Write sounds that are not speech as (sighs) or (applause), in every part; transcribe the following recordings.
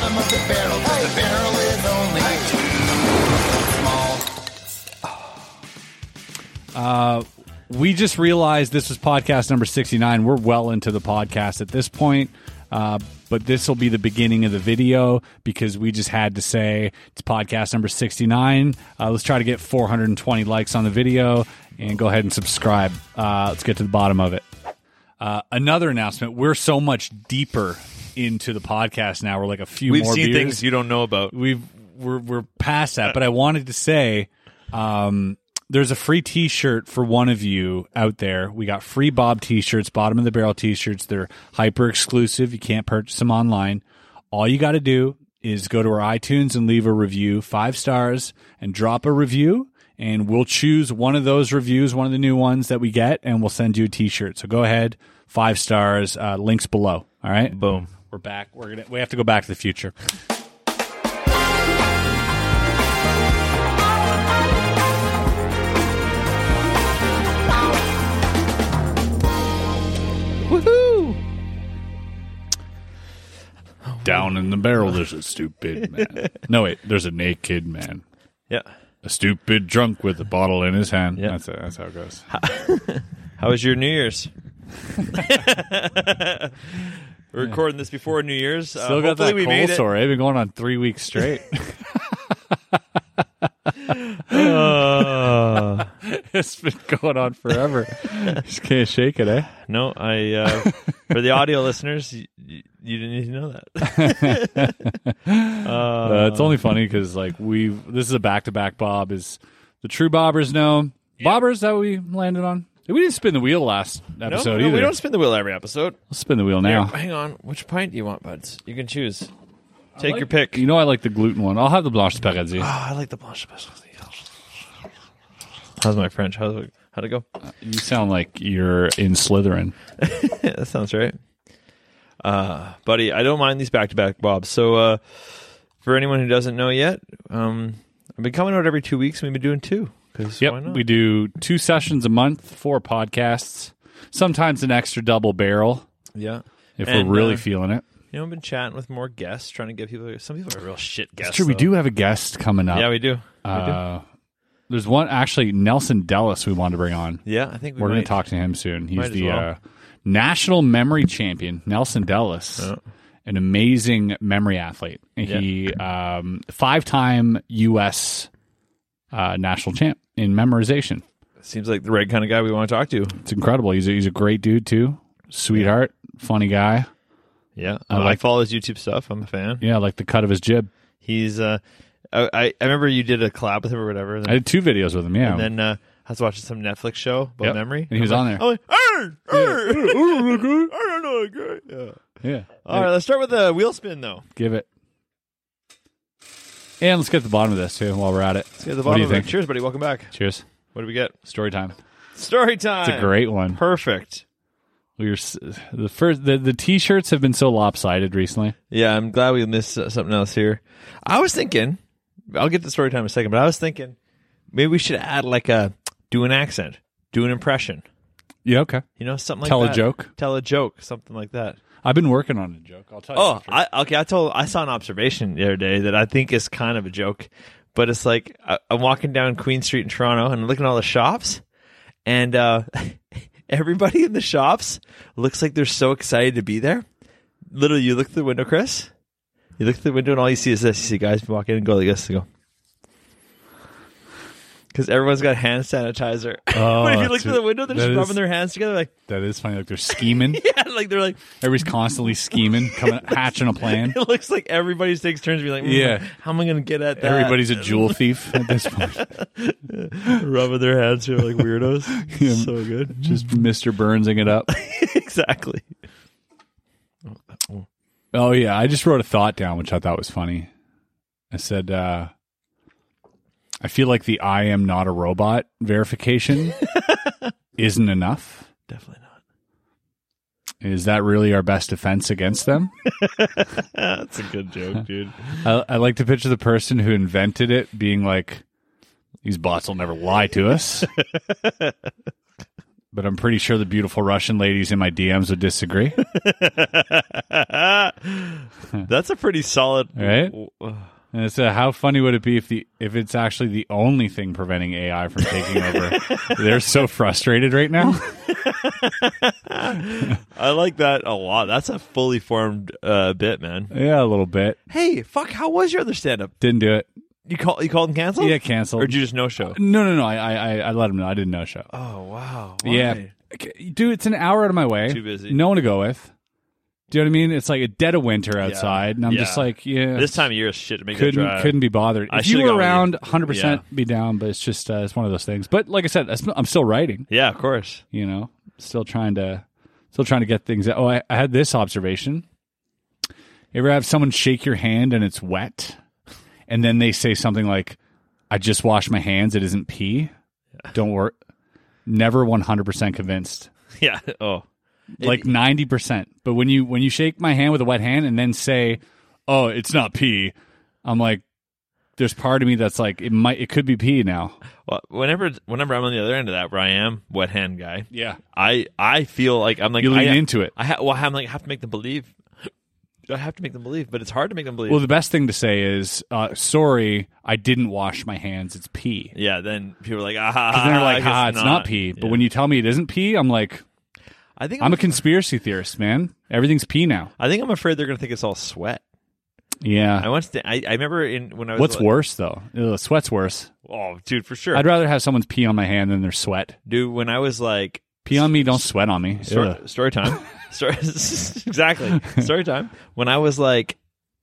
barrel, but the barrel is only too small. We just realized this is podcast number 69. We're well into the podcast at this point. Uh, but this will be the beginning of the video because we just had to say it's podcast number 69. Uh, let's try to get 420 likes on the video and go ahead and subscribe. Uh, let's get to the bottom of it. Uh, another announcement we're so much deeper into the podcast now. We're like a few We've more seen beers things you don't know about. we've we're we're past that. But I wanted to say, um, there's a free T-shirt for one of you out there. We got free Bob T-shirts, bottom of the barrel T-shirts. They're hyper exclusive. You can't purchase them online. All you got to do is go to our iTunes and leave a review, five stars, and drop a review. And we'll choose one of those reviews, one of the new ones that we get, and we'll send you a T-shirt. So go ahead, five stars. Uh, links below. All right, Boom. we're back. We're gonna we have to go back to the future. Woohoo! Down in the barrel, there's a stupid (laughs) man. No, wait, there's a naked man. Yeah. A stupid drunk with a bottle in his hand. Yeah. Uh, That's, that's how it goes. How was your New (laughs) Year's? We're recording this before New Year's. Uh, Still got that we cold made sore. I've been going on three weeks (laughs) straight. it. Uh, it's been going on forever. Just can't shake it, eh? (laughs) no, I. Uh, for the (laughs) audio listeners, you, you didn't need to know that. uh, Uh, it's only funny because like we this is a back to back Bob is the true Bobbers know Bobbers that we landed on. We didn't spin the wheel last no, episode no, either. we don't spin the wheel every episode. Let's spin the wheel now. Here, hang on. Which pint do you want, buds? You can choose. Take like- your pick. You know I like the gluten one. I'll have the blanche spaghetti. Ah, I like the blanche specialty. How's my French? How's it, how'd it go? you sound like you're in Slytherin. Yeah, that sounds right. Uh, buddy, I don't mind these back to back bobs. So, uh, for anyone who doesn't know yet, um, I've been coming out every two weeks. and We've been doing two. Cause why Yep, not? we do two sessions a month, four podcasts, sometimes an extra double barrel yeah. if And, we're really uh, feeling it. You know, I've been chatting with more guests, trying to get people. Some people are real shit guests. It's true. We though. do have a guest coming up. Yeah, we do. uh, there's one actually Nelson Dellis we wanted to bring on. we do. Yeah, I think we We're going might. to talk to him soon. He's Might as the well. uh, national memory champion, Nelson Dellis, an amazing memory athlete. And Yeah. He um, five-time U.S. Uh, national champ in memorization. Seems like the right kind of guy we want to talk to. It's incredible. He's a, he's a great dude too, sweetheart, funny guy. Yeah, I, like- follow his YouTube stuff. I'm a fan. Yeah, I like the cut of his jib. He's. Uh, I- I I remember you did a collab with him or whatever. and I did two videos with him. Yeah, And then uh, I was watching some Netflix show about Yep. memory. Oh. And he was on there. I'm like, "Arr! Arr! Arr, no, good." Yeah. yeah. All right, let's start with a wheel spin, though. Give it. And let's get to the bottom of this too while we're at it. Let's get to what the do bottom you of it. think? Cheers, buddy. Welcome back. Cheers. What do we get? Story time. Story time. It's a great one. Perfect. We were s- the first. The, the t-shirts have been so lopsided recently. Yeah, I'm glad we missed uh, something else here. I was thinking, I'll get to story time in a second, but I was thinking maybe we should add like a do an accent, do an impression. Yeah. Okay. You know, something like Tell a that. joke. Tell a joke, something like that. I've been working on a joke. I'll tell you. Oh, after. I, okay. I told I saw an observation the other day that I think is kind of a joke, but it's like I, I'm walking down Queen Street in Toronto and I'm looking at all the shops, and uh, (laughs) everybody in the shops looks like they're so excited to be there. Literally, you look through the window, Chris. You look through the window and all you see is this. You see guys walk in and go like this. They go. Because everyone's got hand sanitizer. (laughs) Oh, but if you look that's through it. the window, they're That just is- rubbing their hands together, like (laughs) that is funny. Like they're scheming. yeah, like they're like Everybody's constantly scheming, coming, hatching a plan. (laughs) it looks like everybody takes turns being like, mm, Yeah. how am I going to get at that? Everybody's a jewel thief at this point. (laughs) rubbing their hands here like weirdos. So good. (laughs) Just Mr. Burnsing it up. exactly. Oh yeah, I just wrote a thought down, which I thought was funny. I said, uh, "I feel like the I am not a robot (laughs) verification isn't enough. Definitely not. Is that really our best defense against them?" That's a good (laughs) joke, dude. I, I like to picture the person who invented it being like, "These bots will never lie to (laughs) us." but I'm pretty sure the beautiful Russian ladies in my DMs would disagree. That's a pretty solid. Right? w- uh, w- And so, how funny would it be if the if it's actually the only thing preventing AI from taking over? (laughs) They're so frustrated right now. I like that a lot. That's a fully formed uh, bit, man. yeah, a little bit. Hey, fuck! How was your other stand-up? Didn't do it. You call you called and canceled? Yeah, Or canceled. did you just no show? no, no, no. I, I, I- I let him know. I didn't know show. Oh wow! Yeah, Okay, dude, it's an hour out of my way. Too busy. No one to go with. Do you know what I mean? It's like a dead of winter outside, and I'm Yeah. just like, yeah. This time of year is shit to make that couldn't drive. couldn't be bothered. I if you should've were gone with around, you. 100 percent be down. But it's just uh, it's one of those things. But like I said, I sm- I'm still writing. Yeah, of course. (laughs) you know still trying to still trying to get things out. oh I, I had this observation you ever have someone shake your hand and it's wet and then they say something like i just washed my hands it isn't pee don't worry never 100% convinced Yeah. Oh. like 90% but when you when you shake my hand with a wet hand and then say oh it's not pee i'm like there's part of me that's like it might it could be pee now Well, whenever whenever I'm on the other end of that, where I am wet hand guy, yeah I I feel like I'm like you lean I, uh, into it I ha- well, I'm like I have to make them believe. I have to make them believe, but it's hard to make them believe. Well, the best thing to say is, uh, "Sorry, I didn't wash my hands. It's pee." yeah. Then people are like, ah, ha, And ha, they're ha, (laughs) I like, guess "Ah, it's not, pee." But when you tell me it isn't pee, I'm like, I think "I'm I'm, a conspiracy theorist, man. Everything's pee now." I think I'm afraid they're gonna think it's all sweat. I Yeah. once th- I, I remember in when I was What's like, worse though? Ugh, sweat's worse. Oh, dude, for sure, I'd rather have someone's pee on my hand than their sweat. dude. When I was like Pee on me, don't sweat on me. Story, Ugh. (laughs) story time. story, (laughs) exactly. Story time. When I was like,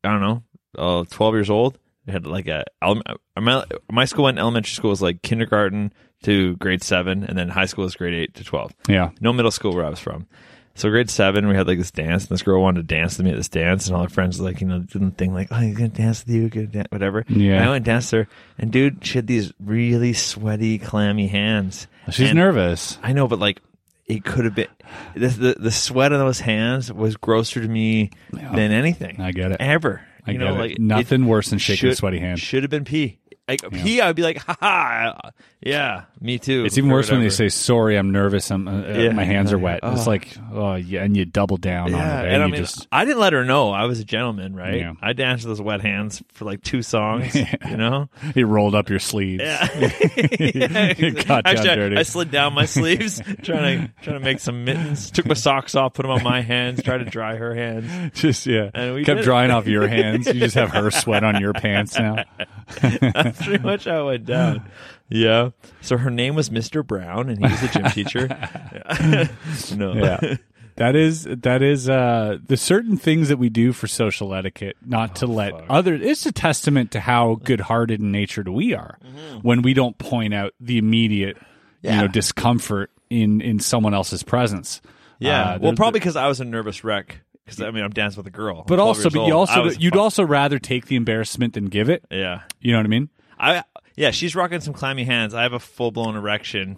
I don't know, uh, 12 years old, I had like a, ele- uh, my, my school in elementary school was like kindergarten to grade seven, and then high school is grade eight to 12. Yeah. No middle school where I was from. So grade seven, we had like this dance, and this girl wanted to dance with me at this dance, and all her friends were like, you know, doing the thing like, oh, you're gonna dance with you, gonna dan-" whatever. Yeah. And I went and danced with her, and dude, she had these really sweaty, clammy hands. She's And- nervous. I know, but like it could have been the, the the sweat on those hands was grosser to me than anything. I get it. Ever. I you get know, it. like Nothing worse than shaking a should, sweaty hand. Should have been pee. Like pee, I'd be like, ha ha. Yeah, me too. It's even or worse when they say, whatever. "Sorry, I'm nervous. I'm, uh, uh, Yeah. My hands are wet." It's Oh. like, oh yeah, and you double down on Yeah, it. eh? and I you mean, just I didn't let her know I was a gentleman, right? Yeah. I danced with those wet hands for like (laughs) two songs, you know. you rolled up your sleeves. You got down Actually, I- dirty. I, slid down my sleeves, (laughs) trying to trying to make some mittens. Took my socks off, put them on my hands, tried to dry her (laughs) hands. Just yeah, And we kept did it. drying off your hands. You just have her (laughs) sweat on your pants now. (laughs) That's pretty much how it went down. Yeah. So her name was Mr. Brown, and he was a gym (laughs) teacher. (laughs) Yeah. no. Yeah, that is that is uh, the certain things that we do for social etiquette, not Oh, to let other. It's a testament to (laughs) how good-hearted and natured we are when we don't point out the immediate, you Mm-hmm. Yeah. know, discomfort in in someone else's presence. (laughs) Yeah. Uh, well, there- probably because I was a nervous wreck. Because I mean, I'm dancing with a girl. I'm But 12 also, years but you old. I also was you'd fu- also rather take the embarrassment than give it. Yeah. You know what I mean? I. Yeah, she's rocking some clammy hands. I have a full (laughs) blown erection,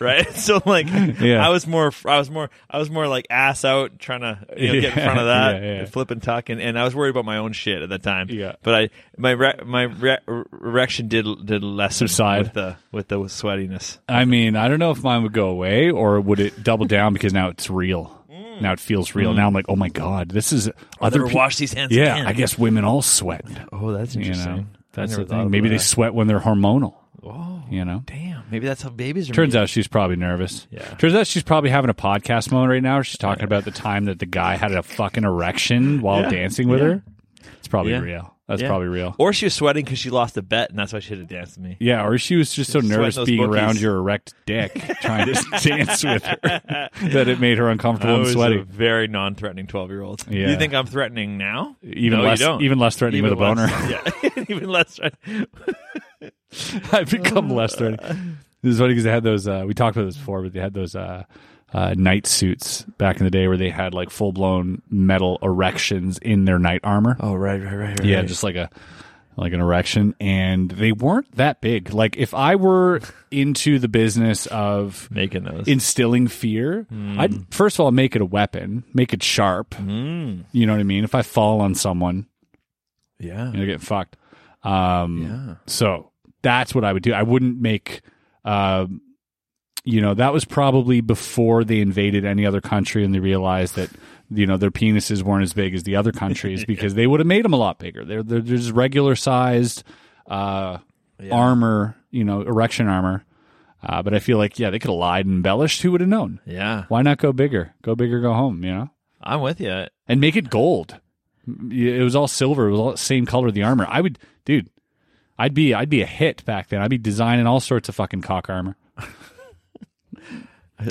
right? (laughs) So like, I was more, I was more, I was more like ass out, trying to you know, get in Yeah, front of (laughs) that, yeah, yeah. and flip and tuck, and, and I was worried about my own shit at that time. Yeah. but I my re- my re- erection did did lessen Subside. with the with the sweatiness. I mean, I don't know if mine would go away or would it double down because now it's real. Now it feels real. Now I'm like, oh my god, this is other. Mm. never peo- wash these hands yeah, again. I guess women all sweat. Oh, that's You interesting. know, that's I never the thought thing. of Maybe they that. sweat when they're hormonal. Oh, You know. damn. Maybe that's how babies are. Turns made. out she's probably nervous. Yeah. Turns out she's probably having a podcast moment right now. She's talking about the time that the guy had a fucking erection while Yeah. dancing with Yeah. her. It's probably Yeah. real. That's Yeah. probably real. Or she was sweating because she lost a bet, and that's why she had to dance with me. Yeah, or she was just so Sweating nervous those being bookies. around your erect dick trying to (laughs) dance with her that it made her uncomfortable I and was sweaty. a very non-threatening twelve-year-old. Yeah. You think I'm threatening now? Even No, less, you don't. even less threatening Even with a boner. less- (laughs) yeah, even less. threat- (laughs) I've become (laughs) less threatening. This is funny because they had those. Uh, we talked about this before, but they had those uh, uh, night suits back in the day where they had like full blown metal erections in their night armor. Oh right, right, right, right. yeah, just like a like an erection, and they weren't that big. Like if I were into the business of making those. instilling fear. I'd first of all make it a weapon, make it sharp. Hmm. You know what I mean? If I fall on someone, yeah. you know, get fucked. Um, Yeah. So that's what I would do. I wouldn't make uh, you know, that was probably before they invaded any other country and they realized that, you know, their penises weren't as big as the other countries because they would have made them a lot bigger. They're, they're just regular sized uh, armor, you know, erection armor. Uh, but I feel like, yeah, they could have lied and embellished. Who would have known? Yeah, Why not go bigger? Go bigger, go home, you know? I'm with you. and make it gold. M- It was all silver. It was all the same color of the armor. I would, dude. I'd be I'd be a hit back then. I'd be designing all sorts of fucking cock armor.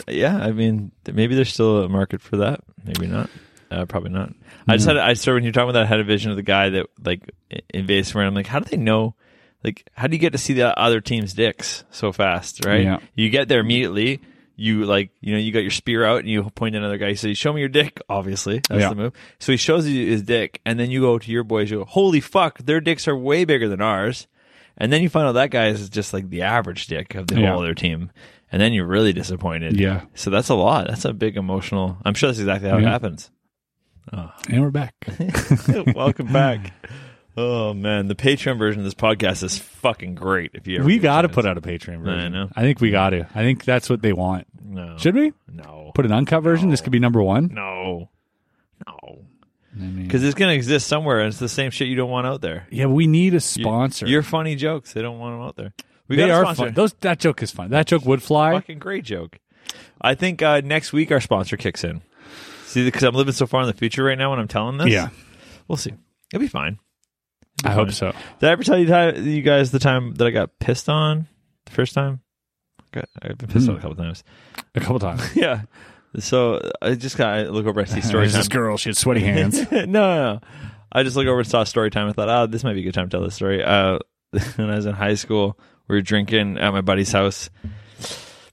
Yeah, I mean, th- maybe there's still a market for that. Maybe not. Uh, probably not. Hmm. I just had. I started when you're talking about that. I had a vision of the guy that like i- invades somewhere. And I'm like, how do they know? Like, how do you get to see the other team's dicks so fast? Right. Yeah. You get there immediately. You like, you know, you got your spear out and you point at another guy. You say, "Show me your dick." Obviously, that's Yeah. the move. So he shows you his dick, and then you go to your boys. You go, "Holy fuck, their dicks are way bigger than ours." And then you find out that guy is just like the average dick of the Yeah. whole other team, and then you're really disappointed. Yeah. So that's a lot. That's a big emotional. I'm sure that's exactly how it Yeah. (laughs) happens. And we're back. (laughs) Welcome back. Oh man, the Patreon version of this podcast is fucking great. If you ever we get a got to chance. put out a Patreon version. I know. I think we got to. I think that's what they want. no, Should we no, put an uncut version? This could be number one. no, no, mean- because it's gonna exist somewhere, and it's the same shit you don't want out there. Yeah, we need a sponsor. Your funny jokes, they don't want them out there. We they got a are sponsor. fun. Those that joke is fun. That joke would fly. fucking great joke. I think uh, next week our sponsor kicks in. See, because I'm living so far in the future right now when I'm telling this. Yeah, we'll see. It'll be fine. I hope so. Did I ever tell you, ti- you guys the time that I got pissed on the first time? I got- I've been pissed on a couple times. A couple times. Yeah. So I just got I look over. (laughs) I see story There's time. this girl. She had (laughs) sweaty hands. no, no, no. I just look over and saw story time. I thought, ah, this might be a good time to tell this story. Uh, (laughs) when I was in high school, we were drinking at my buddy's house,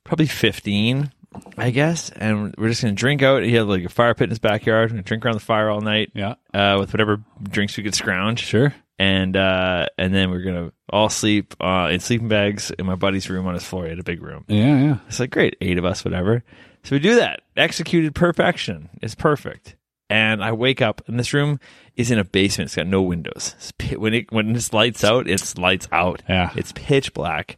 probably 15, I guess. And we're just going to drink out. He had like a fire pit in his backyard. We're going to drink around the fire all night yeah, uh, with whatever drinks we could scrounge sure. and uh, and then we are gonna all sleep uh, in sleeping bags in my buddy's room on his floor. He had a big room. Yeah, yeah. It's like great, eight of us, whatever. So we do that. Executed perfection. It's perfect. And I wake up, and this room is in a basement. It's got no windows. It's pi- when it when this lights out, it's lights out. Yeah. it's pitch black.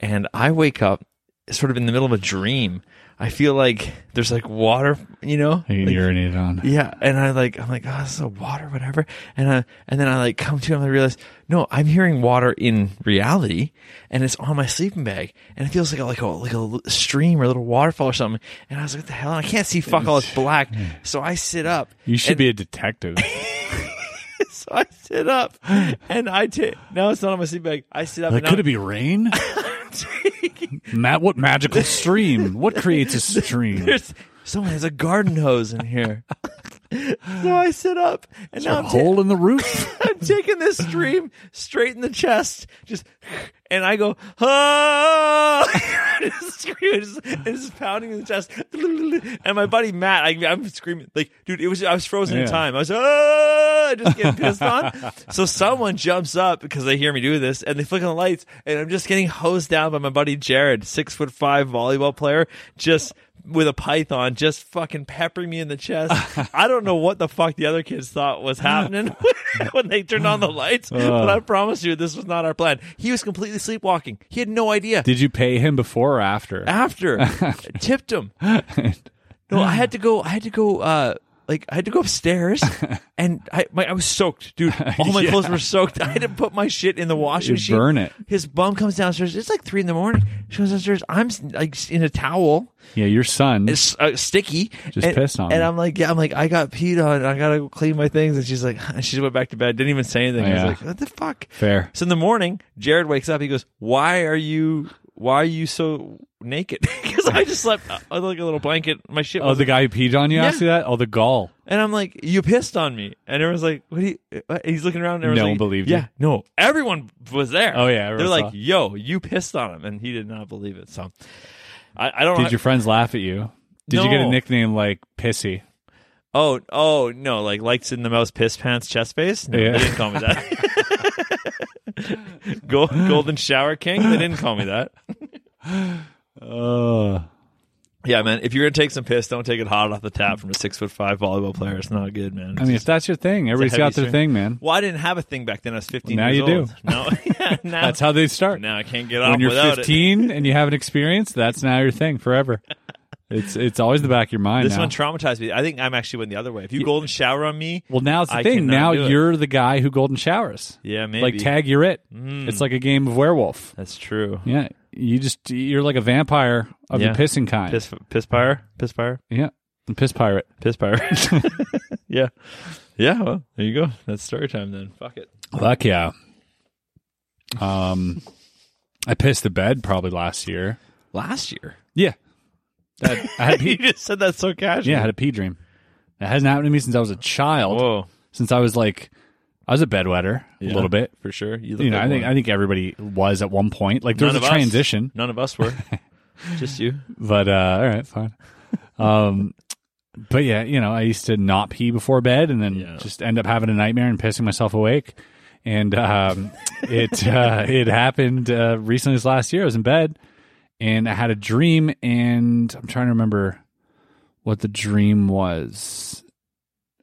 And I wake up, sort of in the middle of a dream. I feel like there's like water, you know, You like, urinated on. yeah, and I like I'm like, oh, this is a water, whatever. And I and then I like come to and I realize, no, I'm hearing water in reality, and it's on my sleeping bag, and it feels like a, like a like a l- stream or a little waterfall or something. And I was like, what the hell? And I can't see fuck all. It's black. So I sit up. You should and- be a (laughs) detective. So I sit up, and I take. No, it's not on my sleeping bag. I sit up. Like, and could I'm it be (laughs) rain? Matt, what magical stream? What creates a stream? (laughs) There's someone has a garden hose (laughs) in here. so I sit up, and now a I'm ta- hole in the roof? I'm taking this stream straight in the chest, just and I go, oh! (laughs) I just scream, just, and just pounding in the chest. And my buddy Matt, I, I'm screaming like, dude, it was I was frozen in Yeah. time. I was oh, just getting pissed on. So someone jumps up because they hear me do this, and they flick on the lights, and I'm just getting hosed down by my buddy Jared, six foot five volleyball player, just. With a python just fucking peppering me in the chest. I don't know what the fuck the other kids thought was happening (laughs) when they turned on the lights, but I promise you, this was not our plan. He was completely sleepwalking. He had no idea Did you pay him before or after? after (laughs) tipped him no i had to go i had to go uh like i had to go upstairs (laughs) and i my, i was soaked dude all my clothes were soaked i had to put my shit in the washing You machine burn it. his bum comes downstairs it's like three in the morning she comes downstairs i'm like in a towel Yeah, your son. it's uh, sticky. Just and, piss on And me. I'm like, yeah, I'm like, I got peed on. I gotta go clean my things. And she's like, (laughs) and she went back to bed. Didn't even say anything. I Yeah. was like, what the fuck? Fair. So in the morning, Jared wakes up. He goes, why are you? Why are you so naked? (laughs) Because I just slept uh, like a little blanket. My shit. Oh, was the guy who peed on you Yeah. after that? Oh, the gall. and I'm like, you pissed on me. And everyone's like, what do you, what? he's looking around. And everyone's No one like, believed yeah, you. no, everyone was there. Oh, yeah, They're everyone like, saw. yo, you pissed on him. And he did not believe it. So I, I don't know. Did your friends laugh at you? Did you get No. a nickname like Pissy? Oh, oh no! Like likes in the mouse, piss pants, chest face. No, Yeah. they didn't call me (laughs) that. (laughs) Gold, golden shower king. They didn't call me that. Uh, Yeah, man. If you're gonna take some piss, don't take it hot off the tap from a six foot five volleyball player. It's not good, man. I mean, if that's your thing, everybody's got their string. thing, man. well, I didn't have a thing back then. I was 15. Now years you do. old. Now, (laughs) (laughs) yeah, now, That's how they start. Now I can't get off when you're without it. 15 and you have an experience, that's now your thing forever. It's it's always the back of your mind. This now. one traumatized me. I think I'm actually went the other way. If you golden shower on me, well, now's the I thing. cannot Now do it. you're the guy who golden showers. yeah, maybe Hmm. Like tag, you're it. It's like a game of werewolf. That's true. Yeah, you just you're like a vampire of Yeah. the pissing kind. Piss, piss pyre, piss pyre, Yeah, a piss pirate. (laughs) piss pyre. (laughs) yeah, yeah. Well, there you go. That's story time then. Fuck it. Fuck yeah. Um, I pissed the bed probably last year. Last year, Yeah, That- I had (laughs) you pee, just said that so casually. yeah, I had a pee dream. That hasn't happened to me since I was a child. Whoa, Since I was like, I was a bedwetter Yeah, a little bit. for sure. You, look you know, like I think one. I think everybody was at one point. Like there None was a of us. transition, none of (laughs) us were. just you. but uh, all right, fine. Um, but yeah, you know, I used to not pee before bed, and then Yeah. just end up having a nightmare and pissing myself awake. And um, it uh, it happened uh, recently this last year. I was in bed and I had a dream, and I'm trying to remember what the dream was.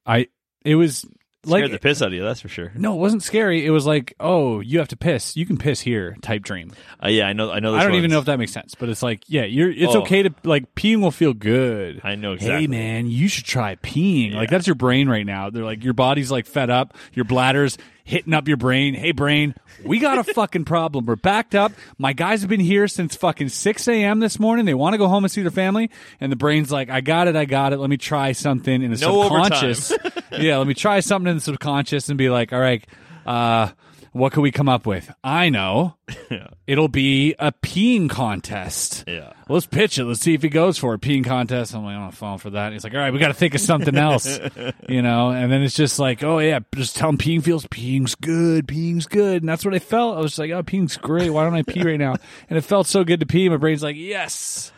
I it was Like like the piss out of you. That's for sure. no, it wasn't scary. It was like oh, you have to piss. You can piss here type dream. Uh, yeah, I know. I know. This I don't even one's- know if that makes sense, but it's like, yeah, you're. It's Oh. okay to like peeing will feel good. I know Hey exactly. man, you should try peeing. Like Yeah. that's your brain right now. They're like your body's like fed up. Your bladder's hitting up your brain. Hey brain, we got a (laughs) fucking problem. We're backed up. My guys have been here since fucking six a.m. this morning. They want to go home and see their family, and the brain's like, I got it, I got it. Let me try something in the No subconscious. (laughs) (laughs) yeah, let me try something in the subconscious and be like, all right, uh, what can we come up with? I know. It'll be a peeing contest. Yeah. Let's pitch it. Let's see if he goes for a peeing contest. I'm like, I'm not falling for that. And he's like, all right, we got to think of something (laughs) else, you know? And then it's just like, oh, yeah, just tell him peeing feels, peeing's good, peeing's good. And that's what I felt. I was like, oh, peeing's great. Why don't I pee (laughs) right now? And it felt so good to pee. My brain's like, yes.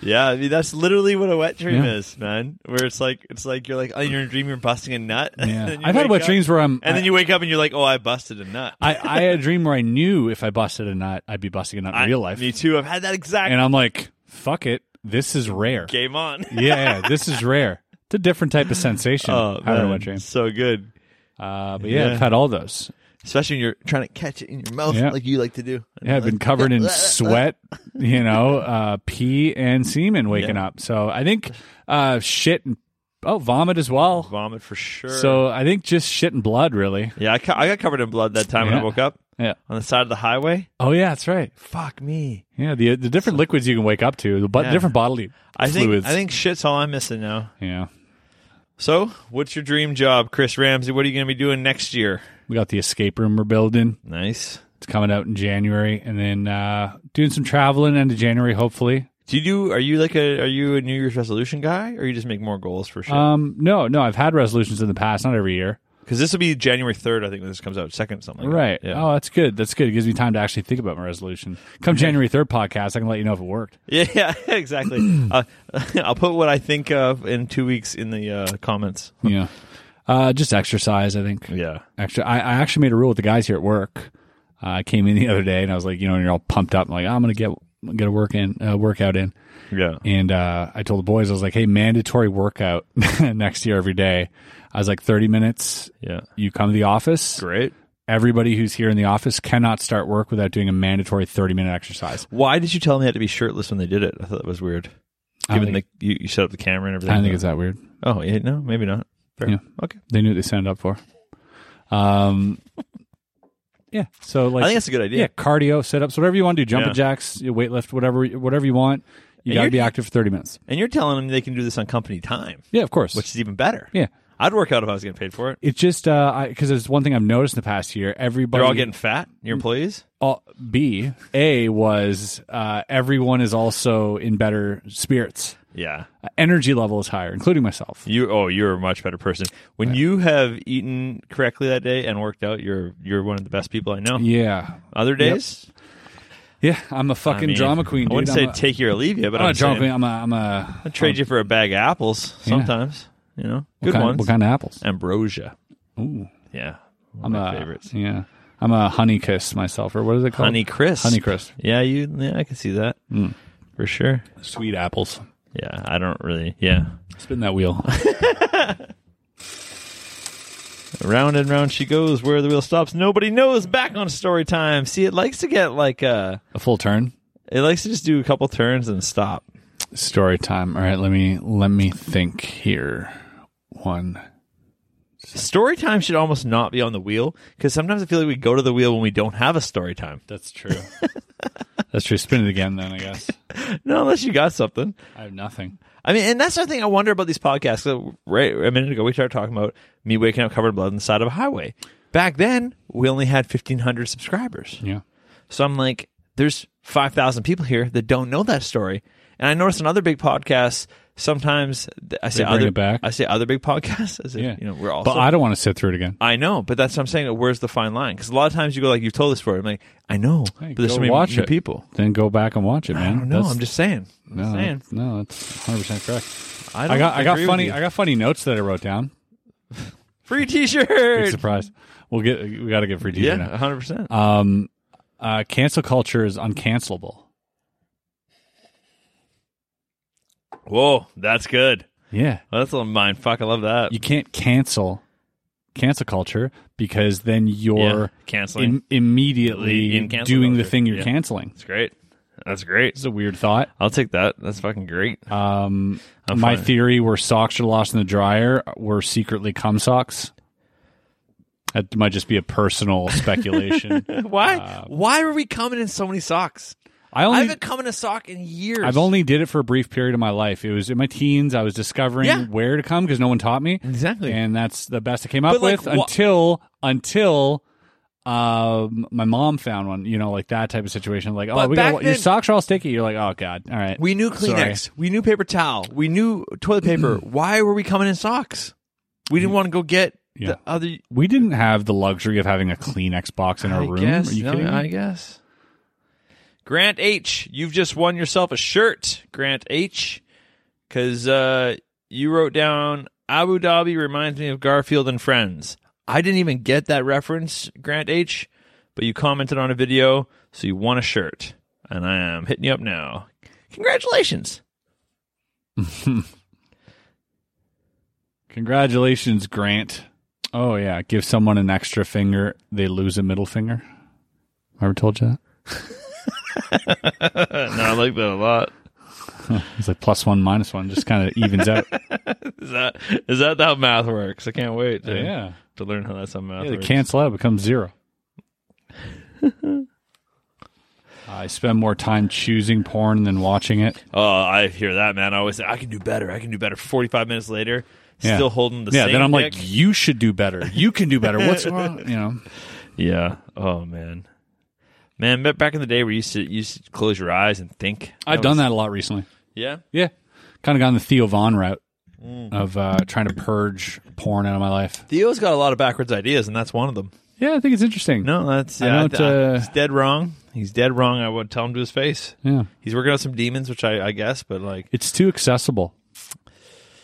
Yeah, I mean that's literally what a wet dream Yeah. is, man. Where it's like it's like you're like oh you're in a dream you're busting a nut. (laughs) and Yeah. then you I've had wake wet up, dreams where I'm. and then you wake up and you're like oh I busted a nut. I, I had a dream where I knew if I busted a nut, I'd be busting a nut in I- real life. Me too. I've had that exact And I'm like, fuck it. This is rare. (laughs) game on. yeah, yeah, this is rare. It's a different type of sensation. (laughs) Oh, having man, a wet dream. so good. Uh, but yeah, Yeah. I've had all those. Especially when you're trying to catch it in your mouth Yeah. like you like to do. Yeah, I've been covered (laughs) in sweat, you know, uh, pee and semen waking up. So I think uh, shit and oh, vomit as well. Vomit for sure. So I think just shit and blood, really. yeah, I, ca- I got covered in blood that time when I Yeah. woke up Yeah. on the side of the highway. Oh yeah, that's right. Fuck me. Yeah, the the different liquids you can wake up to, the bu- Yeah. different bodily I think fluids. I think shit's all I'm missing now. yeah, So, what's your dream job, Chris Ramsey? What are you going to be doing next year? we got the escape room we're building. Nice. It's coming out in January, and then uh, doing some traveling end of January, hopefully. Do you do? Are you like a? Are you a New Year's resolution guy, or you just make more goals for sure? Um, no, no, I've had resolutions in the past, not every year. Because this will be January third, I think, when this comes out. Second, something. Like Right. That. Yeah. Oh, that's good. That's good. It gives me time to actually think about my resolution. Come January 3rd podcast, I can let you know if it (laughs) worked. yeah. (laughs) Yeah. (clears throat) Exactly. uh, (laughs) I'll put what I think of in two weeks in the uh, comments. Yeah. Uh, just exercise, I think. Yeah. Actually, I, I actually made a rule with the guys here at work. Uh, I came in the (laughs) other day and I was like, you know, and you're all pumped up. I'm like, I'm going to get get a work in, uh, workout in. Yeah. And uh, I told the boys, I was like, hey, mandatory workout (laughs) next year every day. I was like, 30 minutes. Yeah. You come to the office. Great. Everybody who's here in the office cannot start work without doing a mandatory 30 minute exercise. Why did you tell them they had to be shirtless when they did it? I thought that was weird. I don't Given the you, you set up the camera and everything. I don't think it's that weird. Oh yeah. No, maybe not. Fair. Yeah. Okay. They knew what they signed up for. Um, yeah. So like, I think that's a good yeah, idea. cardio setups, whatever you want to do, jumping Yeah. jacks, weightlift, whatever, whatever you want. You And got to you're- be active for thirty minutes. And you're telling them they can do this on company time, Yeah, of course. which is even better. yeah, I'd work out if I was getting paid for it. it's just uh, because it's one thing I've noticed in the past year. Everybody, They're all getting fat. mm. Your employees. all, B A was uh, everyone is also in better spirits. Yeah. Uh, energy level is higher, including myself. You oh, you're a much better person. When you have eaten correctly that day and worked out, you're you're one of the best people I know. Yeah, Other days, yeah. I'm a fucking I mean, drama queen. Dude. I wouldn't I'm say a- take you or leave you, but I'm I'm, a drama saying queen. I'm a. I'm a I'd trade you for a bag of apples sometimes. You know, what good kind, ones. What kind of apples? Ambrosia. Ooh. Yeah, I'm one of my a- favorites. Yeah. I'm a honey kiss myself, or what is it called? Honey crisp. Honey crisp. Mm. Yeah, you. Yeah, I can see that for sure. Sweet apples. Yeah, I don't really. Yeah, Spin that wheel. round and round she goes. Where the wheel stops, nobody knows. Back on story time. See, it likes to get like uh, A full turn. it likes to just do a couple turns and stop. Story time. All right, let me let me think here. One. Story time should almost not be on the wheel because sometimes I feel like we go to the wheel when we don't have a story time. (laughs) That's true. (laughs) That's true. Spin it again, then I guess. No, unless you got something. I have nothing. I mean, and that's the thing I wonder about these podcasts. So, Right a minute ago, we started talking about me waking up covered in blood on the side of a highway. Back then, we only had fifteen hundred subscribers. Yeah. So I'm like, there's 5,000 people here that don't know that story. And I notice on other big podcasts, sometimes th- I say bring other, it back. I say other big (laughs) podcasts. As if, Yeah. you know, we're also. But I don't want to sit through it again. I know, but that's what I'm saying. Where's the fine line? Because a lot of times you go like, you've told this story. I'm like, I know, but there's go so many watch new it. people. Then go back and watch it, man. I don't know. That's- I'm just saying. I'm no, saying. that's- no, that's 100 percent correct. I, I got I got funny I I got funny notes that I wrote down. free T-shirt. Big surprise. We'll get we got to get free t yeah, now. 100. percent Um, uh, cancel culture is uncancelable. Whoa, that's good. Yeah, Well, that's a little mind fuck. I love that. you can't cancel cancel culture because then yeah, you're canceling. im- immediately In cancel doing the culture. thing you're Yeah. canceling. that's great. That's great. This is a weird thought. I'll take that. That's fucking great. Um, my fine. theory where socks are lost in the dryer were secretly cum socks. That might just be a personal (laughs) speculation. Why? Why were we coming in so many socks? I I Uh, only haven't come in a sock in years. I've only did it for a brief period of my life. It was in my teens. I was discovering Yeah. where to come because no one taught me. Exactly. and that's the best I came up But, like, with wha- until until um, my mom found one. You know, like that type of situation. Like, oh, But we got back your then- socks are all sticky. You're like, oh god, all right. we knew Sorry. Kleenex. We knew paper towel. We knew (clears throat) toilet paper. Why were we coming in socks? We didn't want to go get Mm. Yeah. the other. we didn't have the luxury of having a Kleenex box in our I room. guess. Are you No, kidding? me? I guess. Grant H, you've just won yourself a shirt, Grant H, because uh, you wrote down Abu Dhabi reminds me of Garfield and Friends. I didn't even get that reference, Grant H, but you commented on a video, so you won a shirt, and I am hitting you up now. Congratulations! Congratulations, Grant. Oh yeah, give someone an extra finger, they lose a middle finger. Ever told you that? Uh, no, I like that a lot. It's like plus one, minus one, just kind of (laughs) evens out. Is that is that how math works? I can't wait to, yeah. to learn how that's how math Yeah, they works. cancel out, it becomes zero. (laughs) I spend more time choosing porn than watching it. Oh, I hear that, man. I always say, I can do better. I can do better. 45 minutes later, Yeah. still holding the yeah, same then I'm like, dick. you should do better. You can do better. (laughs) What's wrong? You know, yeah. Oh, man. Man, ba- back in the day where you used to, you used to close your eyes and think. I've done that a lot recently. Yeah. Yeah, kind of gone the Theo Vaughn route Mm. of uh, trying to purge porn out of my life. Theo's got a lot of backwards ideas, and that's one of them. Yeah, I think it's interesting. No, that's I yeah, don't, I- I- uh, he's dead wrong. He's dead wrong. I would tell him to his face. Yeah, He's working on some demons, which I, I guess, but like, it's too accessible.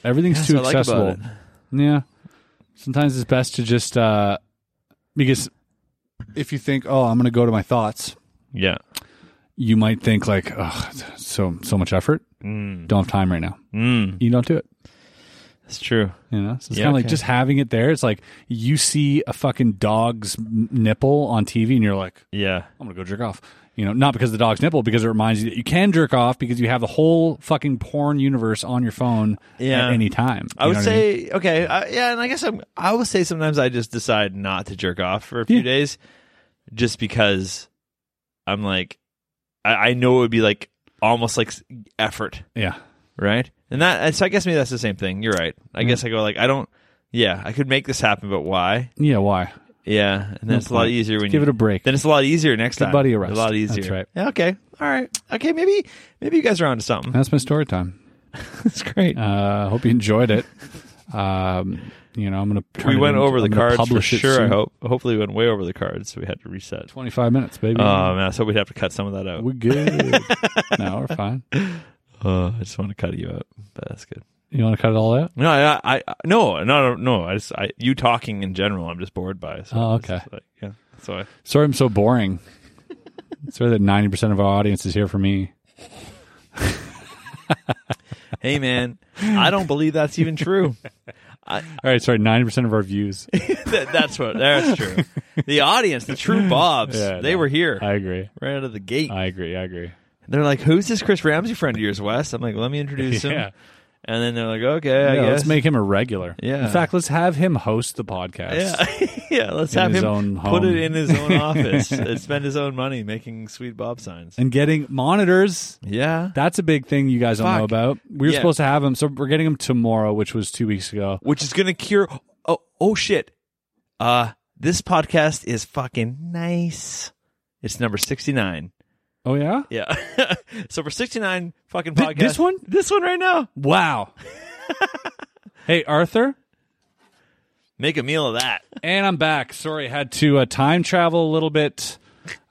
Everything's That's too what I like accessible. about Yeah. Sometimes it's best to just uh because if you think, "Oh, I'm going to go to my thoughts," yeah. you might think like, "Oh, so so much effort. Don't have time right now." Mm, You don't do it. that's true. You know, so it's Yeah, kind of like okay. just having it there. It's like you see a fucking dog's n- nipple on TV, and you're like, Yeah. "I'm gonna go jerk off." You know, not because of the dog's nipple, because it reminds you that you can jerk off because you have the whole fucking porn universe on your phone Yeah. at any time. I You would know what mean? say okay, I, yeah, and I guess I'm. I would say sometimes I just decide not to jerk off for a few Yeah. days, just because I'm like, I, I know it would be like almost like s- effort, yeah, right? And that, and so I guess maybe that's the same thing. You're right. I Mm-hmm. guess I go like, I don't. Yeah, I could make this happen, but why? yeah. Why? Yeah, and then No it's a lot point. easier when Give you it a break. Then it's a lot easier next Give time. Buddy a rest. A lot That's easier. right. Yeah, okay. All right. Okay. Maybe maybe you guys are onto (laughs) something. That's my story time. That's great. Uh, hope you enjoyed it. Um, you know, I'm gonna. Turn we it went into- over the I'm gonna cards for publish it sure. I soon. hope. Hopefully, we went way over the cards. So we had to reset. 25 minutes, baby. Oh man, I thought we'd have to cut some of that out. we're (laughs) good. no, we're fine. Uh, I just want to cut you up, but that's good. You want to cut it all out? No, I, I, I no, no, no. I just, I, you talking in general, I'm just bored by. So Oh, it's okay. just like, yeah. So I, Sorry, I'm so boring. Sorry that 90 percent of our audience is here for me. hey man, I don't believe that's even (laughs) true. All right, sorry, ninety percent of our (laughs) views. That- that's what. That's true. The audience, the true Bobs, Yeah, they no, were here I agree. right out of the gate. I agree. I agree. They're like, "Who's this Chris Ramsey friend of yours, Wes?" I'm like, "Let me (laughs) introduce Yeah. him." And then they're like, "Okay, I Yeah, guess." let's make him a regular. Yeah. In fact, let's have him host the podcast. yeah, (laughs) yeah. Let's In have his him own put home. it in his (laughs) own office and spend his own money making sweet Bob signs. And getting monitors. Yeah, That's a big thing you guys don't know Fuck. about. We were Yeah. supposed to have them, so we're getting them tomorrow, which was two weeks ago. which is gonna cure. Oh, oh shit. Uh, this podcast is fucking nice. It's number sixty nine. Oh yeah, Yeah. (laughs) so for sixty nine fucking Th- podcast, this one? this one right now, (laughs) wow. hey Arthur, make a meal of that. and I'm back. Sorry, had to uh, time travel a little bit.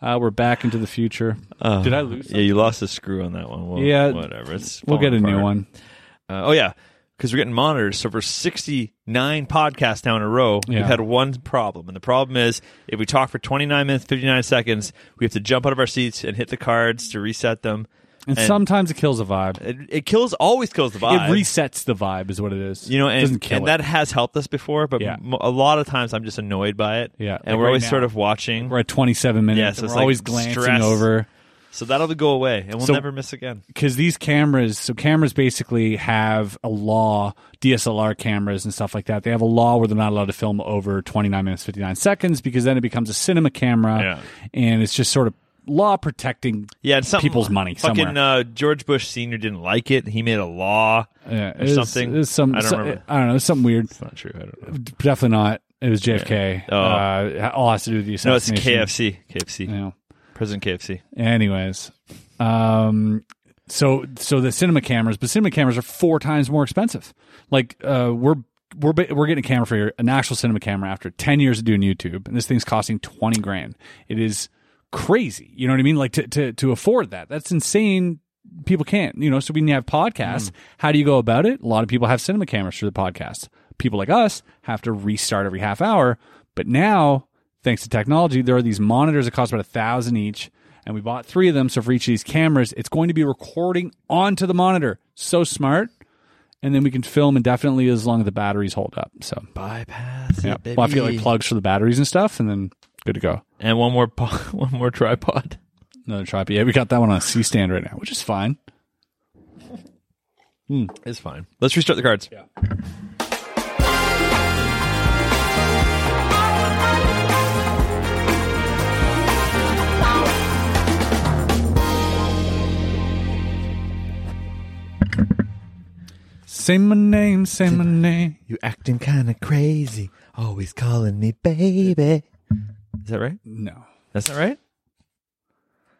Uh, we're back into the future. Did I lose? Uh, Yeah, you lost a screw on that one. Well, Yeah. whatever. It's We'll get a falling new apart. one. Uh, oh yeah, because we're getting monitors. So for sixty nine podcasts now in a row, Yeah. we've had one problem, and the problem is if we talk for twenty nine minutes fifty nine seconds, we have to jump out of our seats and hit the cards to reset them. And, sometimes it kills a vibe. it, it kills always kills the vibe. It resets the vibe, is what it is. you know, it doesn't and, kill and it. that has helped us before, but Yeah. m- a lot of times I'm just annoyed by it. Yeah, and like we're right always now. sort of watching, We're at 27 minutes. Yeah, so and it's we're like always glancing stress. over so that'll go away, and we'll So- never miss again. because these cameras. So cameras basically have a law, DSLR cameras and stuff like that. They have a law where they're not allowed to film over 29 minutes 59 seconds because then it becomes a cinema camera, and it's just sort of law protecting. Yeah, and something- people's money Fucking somewhere. uh, George Bush Senior didn't like it. He made a law. Yeah, Or something. it's some, I don't so- remember. I don't know. It's something weird. It's not true. I don't know. Definitely not. It was JFK. Oh. Uh, all has to do with the No, it's assassination. KFC. KFC. You know. Prison KFC. Anyways, um, so so the cinema cameras, but cinema cameras are four times more expensive. Like uh, we're we're ba- we're getting a camera for your, an actual cinema camera after ten years of doing YouTube, and this thing's costing twenty grand. It is crazy. You know what I mean? Like to to to afford that, that's insane. People can't, you know. So when you have podcasts, how do you go about it? A lot of people have cinema cameras for the podcast. People like us have to restart every half hour. But now, thanks to technology, there are these monitors that cost about a thousand each and we bought three of them. So for each of these cameras, it's going to be recording onto the monitor. So smart. And then we can film indefinitely as long as the batteries hold up. So Bypass. yeah, we'll have to get like plugs for the batteries and stuff, and then good to go. and one more po- (laughs) one more tripod. Another tripod. Yeah, we got that one on a C stand right now, which is fine. It's fine. Let's restart the cards. Yeah. Say my name, say my name. You acting kind of crazy. Always calling me baby. Is that right? No, That's not right.